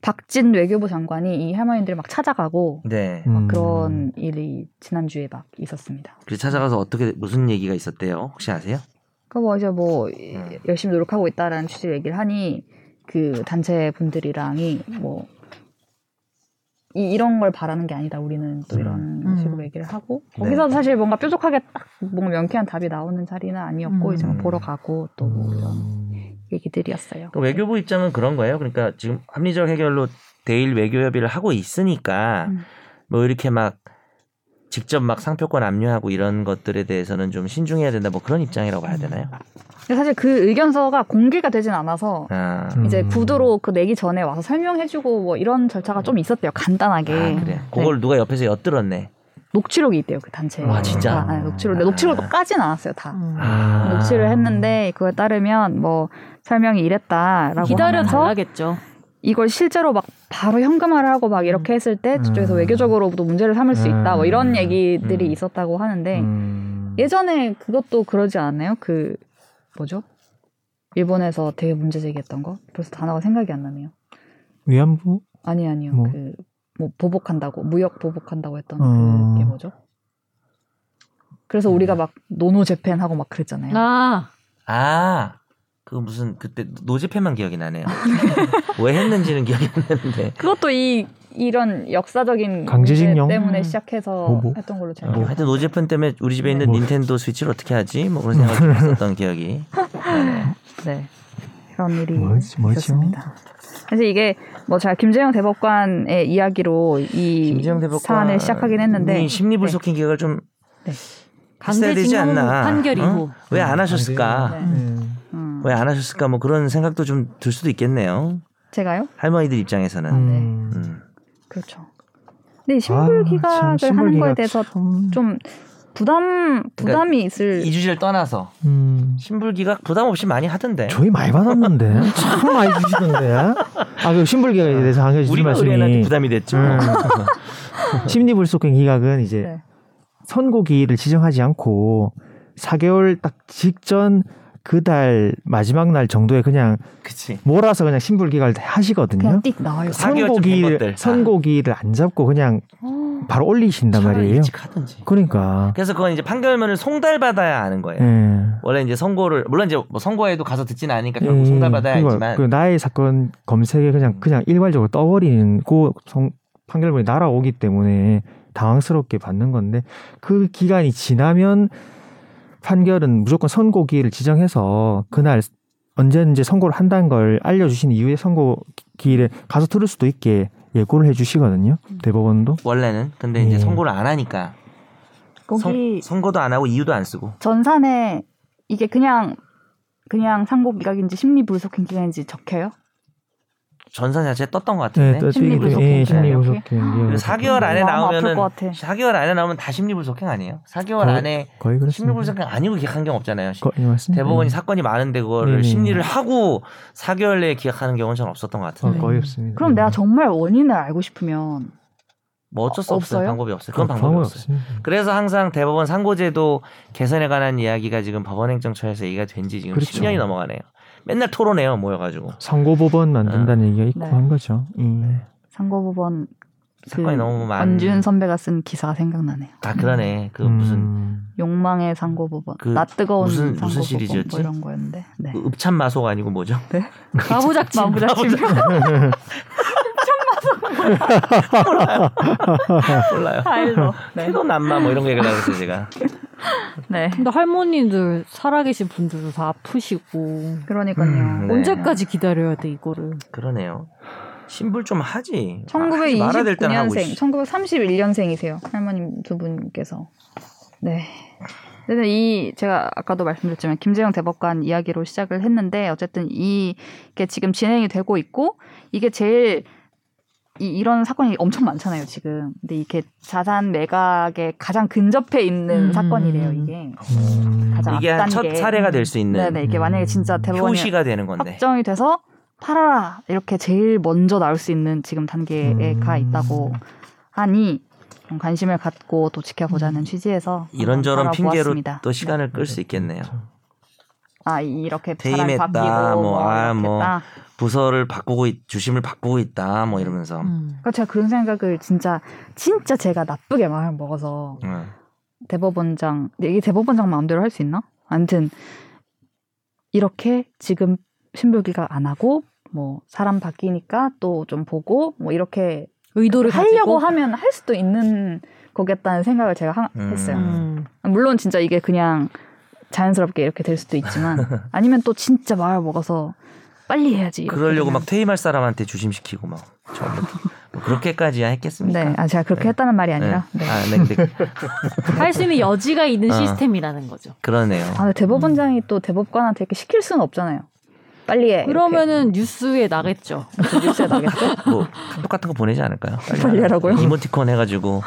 A: 박진 외교부 장관이 이 할머니들을 막 찾아가고
B: 네.
E: 음.
A: 그런 일이 지난주에 막 있었습니다.
B: 그래서 찾아가서 어떻게 무슨 얘기가 있었대요? 혹시 아세요?
A: 그뭐 이제 뭐 이- 열심히 노력하고 있다라는 취지로 얘기를 하니 그 단체 분들이랑이 뭐 이, 이런 걸 바라는 게 아니다. 우리는 또 이런
C: 음.
A: 식으로 얘기를 하고
B: 네.
A: 거기서 사실 뭔가 뾰족하게 딱 뭔가 명쾌한 답이 나오는 자리는 아니었고
C: 음.
A: 이제 막 보러 가고 또뭐 이런
E: 음.
A: 얘기들이었어요.
B: 음. 그 외교부 입장은 그런 거예요. 그러니까 지금 합리적 해결로 대일 외교 협의를 하고 있으니까
A: 음.
B: 뭐 이렇게 막 직접 막 상표권 압류하고 이런 것들에 대해서는 좀 신중해야 된다. 뭐 그런 입장이라고 봐야 되나요?
A: 근데 사실 그 의견서가 공개가 되진 않아서
B: 아,
E: 음.
A: 이제 구두로 그 내기 전에 와서 설명해주고 뭐 이런 절차가 좀 있었대요. 간단하게.
B: 아, 그래. 그걸 누가 옆에서 엿들었네.
A: 녹취록이 있대요. 그 단체.
B: 아, 진짜?
A: 아, 네, 녹취록. 근데 녹취록도 까진 않았어요. 다.
C: 음.
B: 아.
A: 녹취를 했는데 그거에 따르면 뭐 설명이 이랬다라고
C: 기다려
A: 하면서
C: 달라겠죠.
A: 이걸 실제로 막 바로 현금화를 하고 막 이렇게 했을 때 저쪽에서
E: 음.
A: 외교적으로도 문제를 삼을 수 있다 뭐 이런
E: 음.
A: 얘기들이
B: 음.
A: 네. 있었다고 하는데
E: 음.
F: 예전에 그것도 그러지 않았나요? 그 뭐죠? 일본에서 되게 문제 제기했던 거 벌써 단어가 생각이 안 나네요.
E: 위안부?
F: 아니 아니요.
E: 뭐?
F: 그 뭐 보복한다고 무역 보복한다고 했던
E: 어.
F: 그게 뭐죠? 그래서 우리가 막 노노 재팬 하고 막 그랬잖아요.
C: 아,
B: 아, 그 무슨 그때 노지패만 기억이 나네요. 왜 했는지는 기억이 안 나는데.
F: 그것도 이 이런 역사적인
E: 강제징용?
F: 문제 때문에
C: 음.
F: 시작해서
E: 보복.
F: 했던 걸로
A: 어.
F: 제가
B: 뭐
F: 기억해요.
B: 하여튼 노지팬 때문에 우리
A: 네,
B: 집에 있는
E: 뭐.
B: 닌텐도 스위치를 어떻게 하지? 뭐 그런 생각을 했었던 기억이. 나네요.
F: 네. 그런 일이
E: 뭐지, 뭐죠?
F: 있었습니다. 그래서 이게 뭐 제가 김재영 대법관의 이야기로 이
B: 김재영 대법관
F: 사안을 시작하긴 했는데
B: 심리 불속행 기각을 좀
F: 네.
B: 했어야 되지
C: 강제징용
B: 않나. 어?
C: 판결 이후.
B: 왜 안 하셨을까?
F: 네. 음,
B: 왜 안 하셨을까? 뭐 그런 생각도 좀 들 수도 있겠네요.
F: 제가요?
B: 할머니들 입장에서는.
F: 음.
B: 음.
F: 그렇죠. 근데
B: 아,
F: 신불기각을 하는 거에 대해서 좀 부담 부담이
A: 그
F: 있을
B: 그러니까 이 주제를 떠나서
E: 음.
B: 신불기각 부담 없이 많이 하던데.
E: 저희 많이 받았는데 참 많이 주시던데 아그 신불기에 대해서 강해 주신
B: 우리가 의뢰인한테
E: 말씀이
B: 부담이 됐죠.
E: 음. 심리불속행 기각은 이제
F: 네.
E: 선고기일을 지정하지 않고 4개월 딱 직전 그 달 마지막 날 정도에 그냥
B: 그치.
E: 몰아서 그냥 신불기각을
F: 그냥
E: 하시거든요.
F: 띡 나와요.
B: 사- 4개월쯤 된 것들. 아.
E: 선고기일 선고기일을 안 잡고 그냥
A: 어.
E: 바로 올리신단
B: 차라리
E: 말이에요.
B: 일찍 하든지.
E: 그러니까
B: 그래서 그건 이제 판결문을 송달받아야 아는 거예요.
E: 예.
B: 원래 이제 선고를 물론 이제 뭐 선고에도 가서 듣진 않으니까 결국
E: 예,
B: 뭐 송달받아야
E: 그거,
B: 하지만 음.
E: 그 나의 사건 검색에 그냥 그냥 일괄적으로 떠버리는 고 성- 판결문이 날아오기 때문에 당황스럽게 받는 건데 그 기간이 지나면 판결은 무조건 선고기일을 지정해서 그날 언제 이제 선고를 한다는 걸 알려주신 이후에 선고기일에 가서 들을 수도 있게 예고를 해주시거든요
A: 음.
E: 대법원도
B: 원래는 근데 이제
E: 예.
B: 선고를 안 하니까
A: 거기
B: 선, 고도안 하고 이유도 안 쓰고
A: 전산에 이게 그냥 그냥 상고 미각인지 심리 불속행 기간인지 적혀요?
B: 전산 자체에 떴던 것 같은데.
E: 또-
A: 심리
E: 또-
A: 불속행
E: 예, 심리
A: 네, 기간이요?
E: 불속행
B: 그리고 4개월 안에
A: 마음 아플
B: 나오면은
A: 것 같아.
B: 4개월 안에 나오면 다 심리불속행 아니에요? 4개월
E: 거의-
B: 안에
E: 거의 그렇습니다
B: 심리불속행 아니고 기각한 경우 없잖아요. 시-
E: 거의 예, 맞습니다.
B: 대법원이 사건이 많은데 그거를
E: 네네.
B: 심리를 하고 4개월 내에 기각하는 경우는 전 없었던 것
E: 어,
B: 같은데.
E: 거의 없습니다
A: 그럼 내가 정말 원인을 알고 싶으면
B: 뭐 어쩔 수 없어요.
A: 없어요?
B: 방법이 없어요. 그건 방법이
E: 방법이
B: 없어요.
E: 없습니다.
B: 그래서 항상 대법원 상고제도 개선에 관한 이야기가 지금 법원행정처에서 얘기가 된 지 지금
E: 그렇죠.
B: 10년이 넘어가네요. 맨날 토론해요 모여가지고
E: 선고법원 만든다는 얘기가 있고
A: 네.
E: 한 거죠. 음.
A: 상고법원 그
B: 사건이
E: 그
B: 너무 많.
A: 안준 선배가 쓴 기사가 생각나네요.
B: 아 그러네. 그 무슨
E: 음.
A: 욕망의 상고법원,
B: 그
A: 나 뜨거운
B: 무슨- 무슨
A: 상고법원
B: 시리즈였지?
A: 뭐 이런 거였는데. 네.
B: 그 읍참마속 아니고 뭐죠?
C: 마부작침.
A: 마부작침.
B: 몰라요.
A: 파일로. 네.
B: 태도 남마 뭐 이런 거 얘기를 하겠어요 제가.
A: 네.
C: 근데 할머니들 살아계신 분들도 다 아프시고
A: 그러니까요.
B: 음, 네.
C: 언제까지 기다려야 돼 이거를?
B: 그러네요. 신불 좀 하지. 아, 하지 말아야 될 때는 하고
F: 1929년생,
B: 있어.
F: 1931년생이세요. 할머님 두 분께서.
A: 네. 근데 이 제가 아까도 말씀드렸지만 김재영 대법관 이야기로 시작을 했는데 어쨌든 이- 이게 지금 진행이 되고 있고 이게 제일 이, 런 사건이 엄청 많잖아요 지금. 근데 이게 자산 매각에 가장 근접해 있는
C: 음.
A: 사건이래요 이게.
E: 음.
A: 가장
B: 이게
A: 앞단계.
B: 첫 사례가 될 수 있는
A: 네네 이게 만약에 진짜
E: 음.
A: 대법원이
B: 표시가 되는 건데.
A: 확정이 돼서 팔아라 이렇게 제일 먼저 나올 수 있는 지금 단계에
E: 음.
A: 가 있다고 하니 좀 관심을 갖고 또 지켜보자는 취지에서
B: 음. 이런저런
A: 한번
B: 핑계로
A: 알아보았습니다.
B: 또 시간을 끌 수 있겠네요.
A: 아 이렇게 사람이
B: 퇴임했다,
A: 바뀌고
B: 뭐,
A: 뭐
B: 아,
A: 이렇게
B: 뭐.
A: 했다.
B: 부서를 바꾸고 있- 주심을 바꾸고 있다 뭐 이러면서.
C: 음.
A: 그러니까 제가 그런 생각을 진짜 진짜 제가 나쁘게 마음을 먹어서
B: 응.
A: 대법원장 근데 이게 대법원장 마음대로 할 수 있나? 아무튼 이렇게 지금 신불기가 안 하고 뭐 사람 바뀌니까 또 좀 보고 뭐 이렇게
C: 의도를
A: 하려고
C: 가지고?
A: 하면 할 수도 있는 거겠다는 생각을 제가 하-
B: 음.
A: 했어요.
C: 음.
A: 물론 진짜 이게 그냥 자연스럽게 이렇게 될 수도 있지만 아니면 또 진짜 마을 먹어서 빨리 해야지. 이렇게
B: 그러려고
A: 되면.
B: 막 퇴임할 사람한테 주심시키고 막 처음부터 뭐 그렇게까지야 했겠습니까?
A: 네, 아 제가 그렇게
B: 네.
A: 했다는 말이 아니라.
B: 네.
A: 네.
B: 아, 네, 근데
C: 할 수 있는 여지가 있는
B: 어.
C: 시스템이라는 거죠.
B: 그러네요.
A: 아, 근데
B: 음.
A: 대법원장이 또 대법관한테 이렇게 시킬 수는 없잖아요. 빨리
B: 네,
A: 해.
C: 그러면은 뉴스에 나겠죠.
A: 이렇게 뉴스에 나겠죠?
B: 뭐 카톡 같은 거 보내지 않을까요?
A: 빨리 하라고요? 네.
B: 이모티콘 해가지고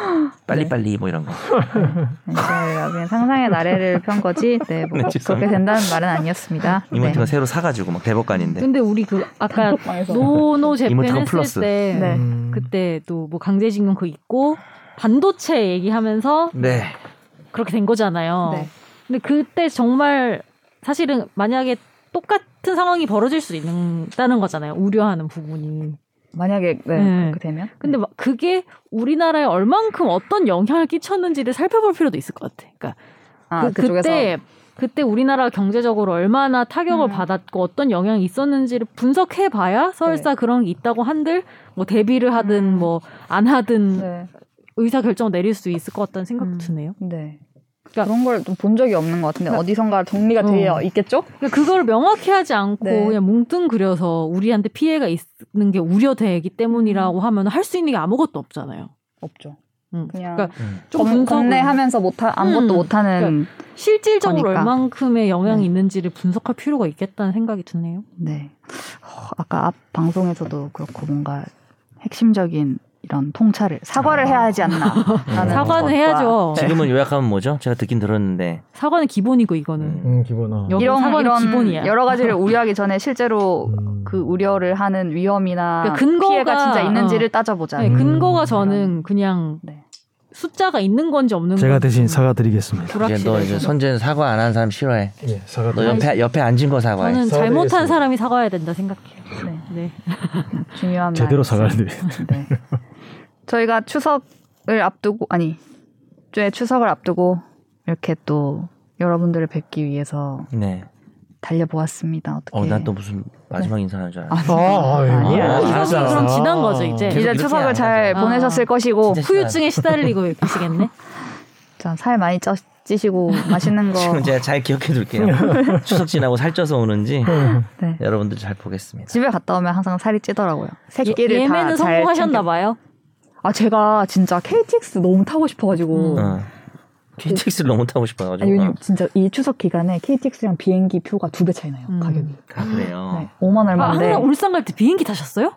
B: 빨리 빨리 뭐 이런 거.
A: 제가 그냥 상상의 나래를 편 거지. 네, 뭐
B: 네,
A: 그렇게
B: 죄송합니다.
A: 된다는 말은 아니었습니다. 네.
B: 이모티콘 새로 사가지고 막 대법관인데.
C: 근데 우리 그 아까
F: 방에서.
C: 노노
B: 이모티콘
C: 재팬
B: 플러스.
C: 했을 때
A: 네.
E: 음.
C: 그때 또 뭐 강제징용 그 있고 반도체 얘기하면서
B: 네.
C: 그렇게 된 거잖아요.
A: 네.
C: 근데 그때 정말 사실은 만약에 똑같은 상황이 벌어질 수 있다는 거잖아요. 우려하는 부분이.
F: 만약에 네,
C: 네.
F: 그렇게 되면
C: 근데 막 그게 우리나라에 얼만큼 어떤 영향을 끼쳤는지를 살펴볼 필요도 있을 것 같아. 그러니까
F: 아,
C: 그,
F: 그쪽에서
C: 때 그때 우리나라 경제적으로 얼마나 타격을
F: 음.
C: 받았고 어떤 영향이 있었는지를 분석해 봐야 설사 그런 게 있다고 한들 뭐 대비를 하든
F: 네. 음.
C: 뭐 안 하든
F: 네,
C: 의사 결정 내릴 수 있을 것 같다는 생각도
F: 음.
C: 드네요.
F: 네.
C: 그러니까-
F: 그런 걸 좀 본 적이 없는 것 같은데
C: 그러니까-
F: 어디선가 정리가
C: 어.
F: 되어 있겠죠?
C: 그러니까 그걸 명확히 하지 않고
F: 네.
C: 그냥 뭉뚱그려서 우리한테 피해가 있는 게 우려되기 때문이라고
F: 음.
C: 하면 할 수 있는 게 아무것도 없잖아요.
F: 없죠.
C: 음.
F: 그냥
C: 그러니까
B: 음.
C: 좀
F: 겁-
C: 분석을
F: 겁내하면서 못하 아무것도
C: 음.
F: 못하는
C: 실질적으로
F: 거니까.
C: 얼만큼의 영향이
F: 네.
C: 있는지를 분석할 필요가 있겠다는 생각이 드네요.
A: 네. 어, 아까 앞 방송에서도 그렇고 뭔가 핵심적인 이런 통찰을 사과를
B: 아.
A: 해야 하지 않나.
B: 네.
A: 뭐
C: 사과는
A: 것과-
C: 해야죠.
B: 지금은 요약하면 뭐죠? 제가 듣긴 들었는데
C: 사과는 기본이고 이거는.
B: 음.
E: 음, 기본 어.
C: 여- 여러분,
A: 이런
C: 사과는
A: 이런
C: 기본이야.
A: 여러 가지를 우려하기 전에 실제로
E: 음.
A: 그 우려를 하는 위험이나
C: 그러니까 근거가-
A: 피해가 진짜 있는지를 따져보자.
C: 네,
E: 음.
C: 근거가 저는 그냥
A: 네.
C: 숫자가 있는 건지 없는 건지
E: 제가 대신
C: 좀
E: 사과드리겠습니다.
B: 이제 너 이제
C: 불확실해요.
B: 선재는 사과 안 하는 사람 싫어해.
E: 예, 사과.
B: 너 옆에 옆에 앉은 거 사과해.
C: 저는 잘못한
E: 사과드리겠습니다.
C: 사람이 사과해야 된다 생각해요.
A: 네.
C: 네.
A: 중요한
E: 제대로
A: 말.
E: 사과를 드리.
A: 네. 저희가 추석을 앞두고 아니 제 추석을 앞두고 이렇게 또 여러분들을 뵙기 위해서
B: 네.
A: 달려보았습니다. 어떻게?
B: 어, 난 또 무슨 마지막
F: 네.
B: 인사하는 줄 알았어.
A: 아,
E: 아, 아,
A: 아니야.
E: 예.
B: 아,
C: 추석은 그럼 지난 거죠, 이제.
B: 계속
A: 이제
B: 이렇게
A: 추석을
B: 안
A: 잘
B: 하죠.
C: 아.
A: 보내셨을 것이고
B: 진짜
C: 후유증에 시달리고 계시겠네.
A: 자, 살 많이 쪄, 찌시고 맛있는 거
F: 뭐.
B: 지금 제가 잘 기억해 둘게요. 추석 지나고 살쪄서 오는지
F: 음.
A: 네.
B: 여러분들 잘 보겠습니다.
A: 집에 갔다 오면 항상 살이 찌더라고요. 새끼를
C: 예, 예매는
A: 다잘
C: 성공하셨나 봐요.
F: 아 제가 진짜 KTX 너무 타고 싶어가지고
C: 음.
B: 어. KTX를 너무 타고 싶어가지고.
F: 아니,
B: 어.
F: 왜냐면 진짜 이 추석 기간에 KTX랑 비행기 표가 두 배 차이 나요
C: 음.
F: 가격이.
B: 아, 그래요.
F: 네, 5만
C: 아, 항상
F: 얼마인데.
C: 울산 갈 때 비행기 타셨어요?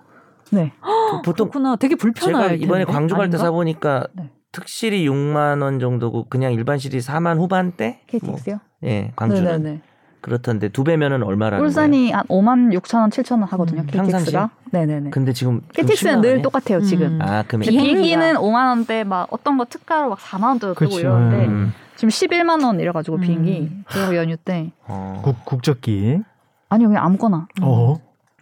F: 네.
B: 그 보통
C: 그렇구나. 되게 불편해요.
B: 제가 이번에 광주 갈 때 사보니까
F: 그 네.
B: 특실이 6만 원 정도고 그냥 일반실이 4만 후반대? 뭐,
F: KTX요?
B: 예, 광주는
F: 네네네.
B: 그렇던데 두 배면은 얼마라는 거예요?
F: 울산이 한 5만 6천 원, 7천 원 하거든요.
C: 음,
B: 평상시?
F: KTX가. 네네네.
B: 근데 지금 좀
F: KTX는
B: 그 심각하네.
F: 늘 똑같아요 지금.
B: 아,
A: 근데
B: 금액.
C: 음. 비행-
A: 비행기는
C: 비행기가.
A: 5만 원대 막 어떤 거 특가로 막 4만 원 뜨고
E: 그치,
A: 이러는데
B: 음.
A: 지금 11만 원 이래가지고
C: 음.
A: 비행기 추석 연휴 때
B: 어.
E: 국 국적기.
A: 아니요 그냥 아무거나
E: 어.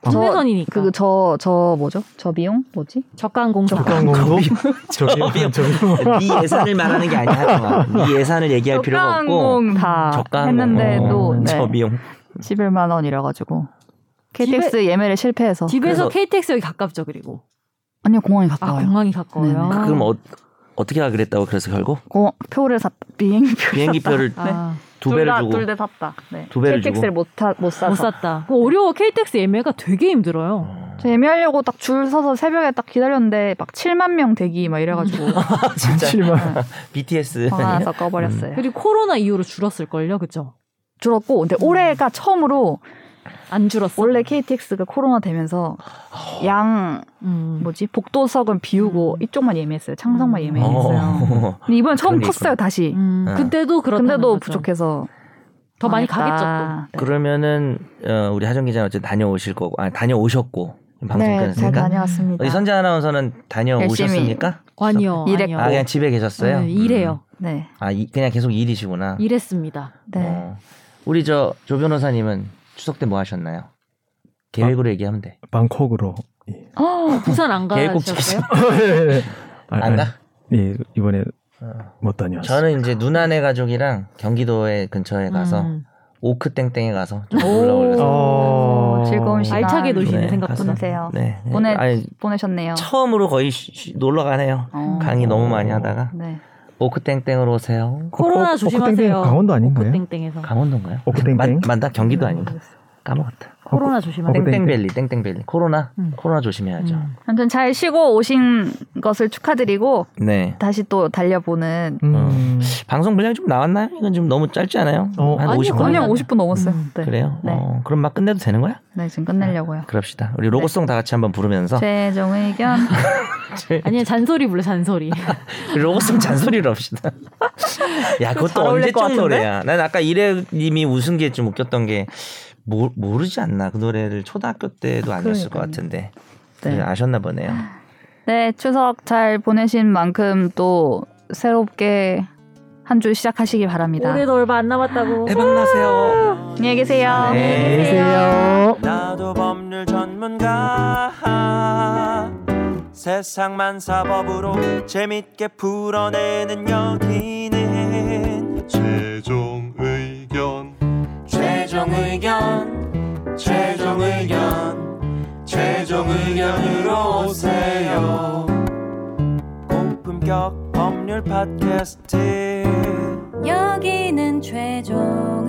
B: 뭐
C: 국내선이니까.
A: 그 저 저 뭐죠 저 미용 뭐지
C: 저가항공사.
E: 국강공고. 저기 저기.
B: 네 예산을 말하는 게 아니야. 정아. 네 예산을 얘기할 필요가 없고
A: 저가항공 다
B: 저가항공
A: 했는데도
E: 어,
A: 네,
B: 저 비용.
A: 11만 원 이래가지고 KTX 예매를 실패해서
B: 그래서-
C: 집에서 KTX 여기 가깝죠, 그리고.
A: 아니요 공항이
C: 아,
A: 가까워요.
C: 공항이 가까워요. 아,
A: 네네.
B: 그럼 어, 어떻게 하라 그랬다고 그래서 결국
A: 고- 표를 샀 비행기 표를
B: 비행기 표를
C: 아,
B: 두 배를 주고
A: 둘다 샀다. 네.
B: 두 배를
A: KTX를
B: 주고.
A: 못못
C: 못
A: 사서.
C: 샀다. 그거 어려워. KTX 예매가 되게 힘들어요.
B: 어.
A: 저 예매하려고 딱 줄 서서 새벽에 딱 기다렸는데 막 7만 명 대기 막 이래가지고 네.
B: 진짜
E: 실망.
B: BTS
A: 화가 나서 꺼버렸어요.
B: 음.
C: 그리고 코로나 이후로 줄었을걸요, 그죠?
A: 줄었고 근데 올해가 처음으로
C: 안 줄었어.
A: 원래 KTX가 코로나 되면서 양
C: 음.
A: 뭐지 복도석은 비우고
C: 음.
A: 이쪽만 예매했어요. 창석만
C: 음.
A: 예매했어요. 근데 이번엔 처음
B: 그러니까.
A: 컸어요 다시.
C: 음,
B: 어.
C: 그때도 그렇다.
A: 근데도 부족해서
C: 더 많이 가겠죠,
A: 망했다. 네.
B: 그러면은 어, 우리 하정 기자는 어쨌든 다녀오실 거고 아 다녀오셨고 방송
A: 네, 잘
B: 끝났으니까
C: 다녀-
A: 다녀왔습니다.
B: 우리 선재 아나운서는 다녀오셨습니까?
C: 또. 아니요.
A: 일했-
B: 아
C: 아니요.
B: 그냥 집에 계셨어요?
C: 네, 일해요.
A: 네,
B: 음. 아 이- 그냥 계속 일이시구나.
C: 일했습니다.
A: 네.
B: 어. 우리 저 조 변호사님은 추석 때 뭐 하셨나요? 계획으로
E: 아.
B: 얘기하면 돼.
E: 방콕으로. 예.
B: 어,
C: 부산 안
B: 계획 꼭
C: 가셨어요?
E: 아,
B: 안
E: 아,
B: 가?
E: 예, 이번에
B: 어.
E: 못 다녀왔어요.
B: 저는 이제 누나네 가족이랑 경기도에 근처에 가서
C: 음.
B: 오크 땡땡에 가서 좀 놀러 올려서
A: 어, 즐거운 시간
C: 알차게 노시네, 생각보다.
A: 보내세요.
B: 네. 네.
A: 오늘-
B: 아니,
C: 어.
A: 보내셨네요.
B: 처음으로 거의 쉬- 쉬- 놀러 가네요.
A: 어.
B: 강의 너무 많이 하다가
A: 네.
B: 오크 땡땡으로 오세요.
C: 코로나
E: 코코-
C: 조심하세요.
E: 코코땡땡 강원도 어, 아닌가요?
C: 땡땡에서.
B: 강원도인가요? 네,
E: 오크땡땡?
B: 맞, 맞나? 경기도 아닌가? 어, 까먹었다.
C: 코로나 조심하세요.
E: 오크땡땡.
B: 땡땡벨리, 땡땡벨리. 코로나,
C: 음.
B: 코로나 조심해야죠.
C: 음.
A: 아무튼 잘 쉬고 오신 것을 축하드리고
B: 네.
A: 다시 또 달려보는
E: 음.
B: 방송 분량이 좀 나왔나요? 이건 좀 너무 짧지 않아요?
E: 어,
B: 한
C: 아니요,
B: 50분?
C: 거의
A: 그냥 50분 넘었어요.
C: 음,
A: 네.
B: 그래요?
A: 네.
B: 어, 아, 그럼 막 끝내도 되는 거야?
A: 네, 지금 끝내려고요.
B: 그럽시다.
A: 네.
B: 우리 로고송 다 같이 한번 부르면서
A: 최종 의견
C: 아니요, 잔소리 불러, 잔소리.
B: 우리 로고송 잔소리를 합시다. 야,
A: 잘
B: 그것도
A: 어울릴 것
B: 언제적
A: 같은데?
B: 노래야. 난 아까 이래님이 웃은 게 좀 웃겼던 게 모, 모르지 않나 그 노래를 초등학교 때도 아니었을 것 같은데
A: 네.
B: 아셨나 보네요.
A: 네, 추석 잘 보내신 만큼 또 새롭게 한 주 시작하시기 바랍니다.
C: 올해도 얼마 안 남았다고.
B: 대박나세요.
A: 안녕히 계세요.
B: 네.
E: 안녕히 계세요.
G: 나도 법률 전문가 세상만 사법으로 재밌게 풀어내는 여기는
H: 최종 의견
G: 최종 의견 최종 의견 최종 의견으로 오세요 고품격 법률 팟캐스트
I: 여기는 최종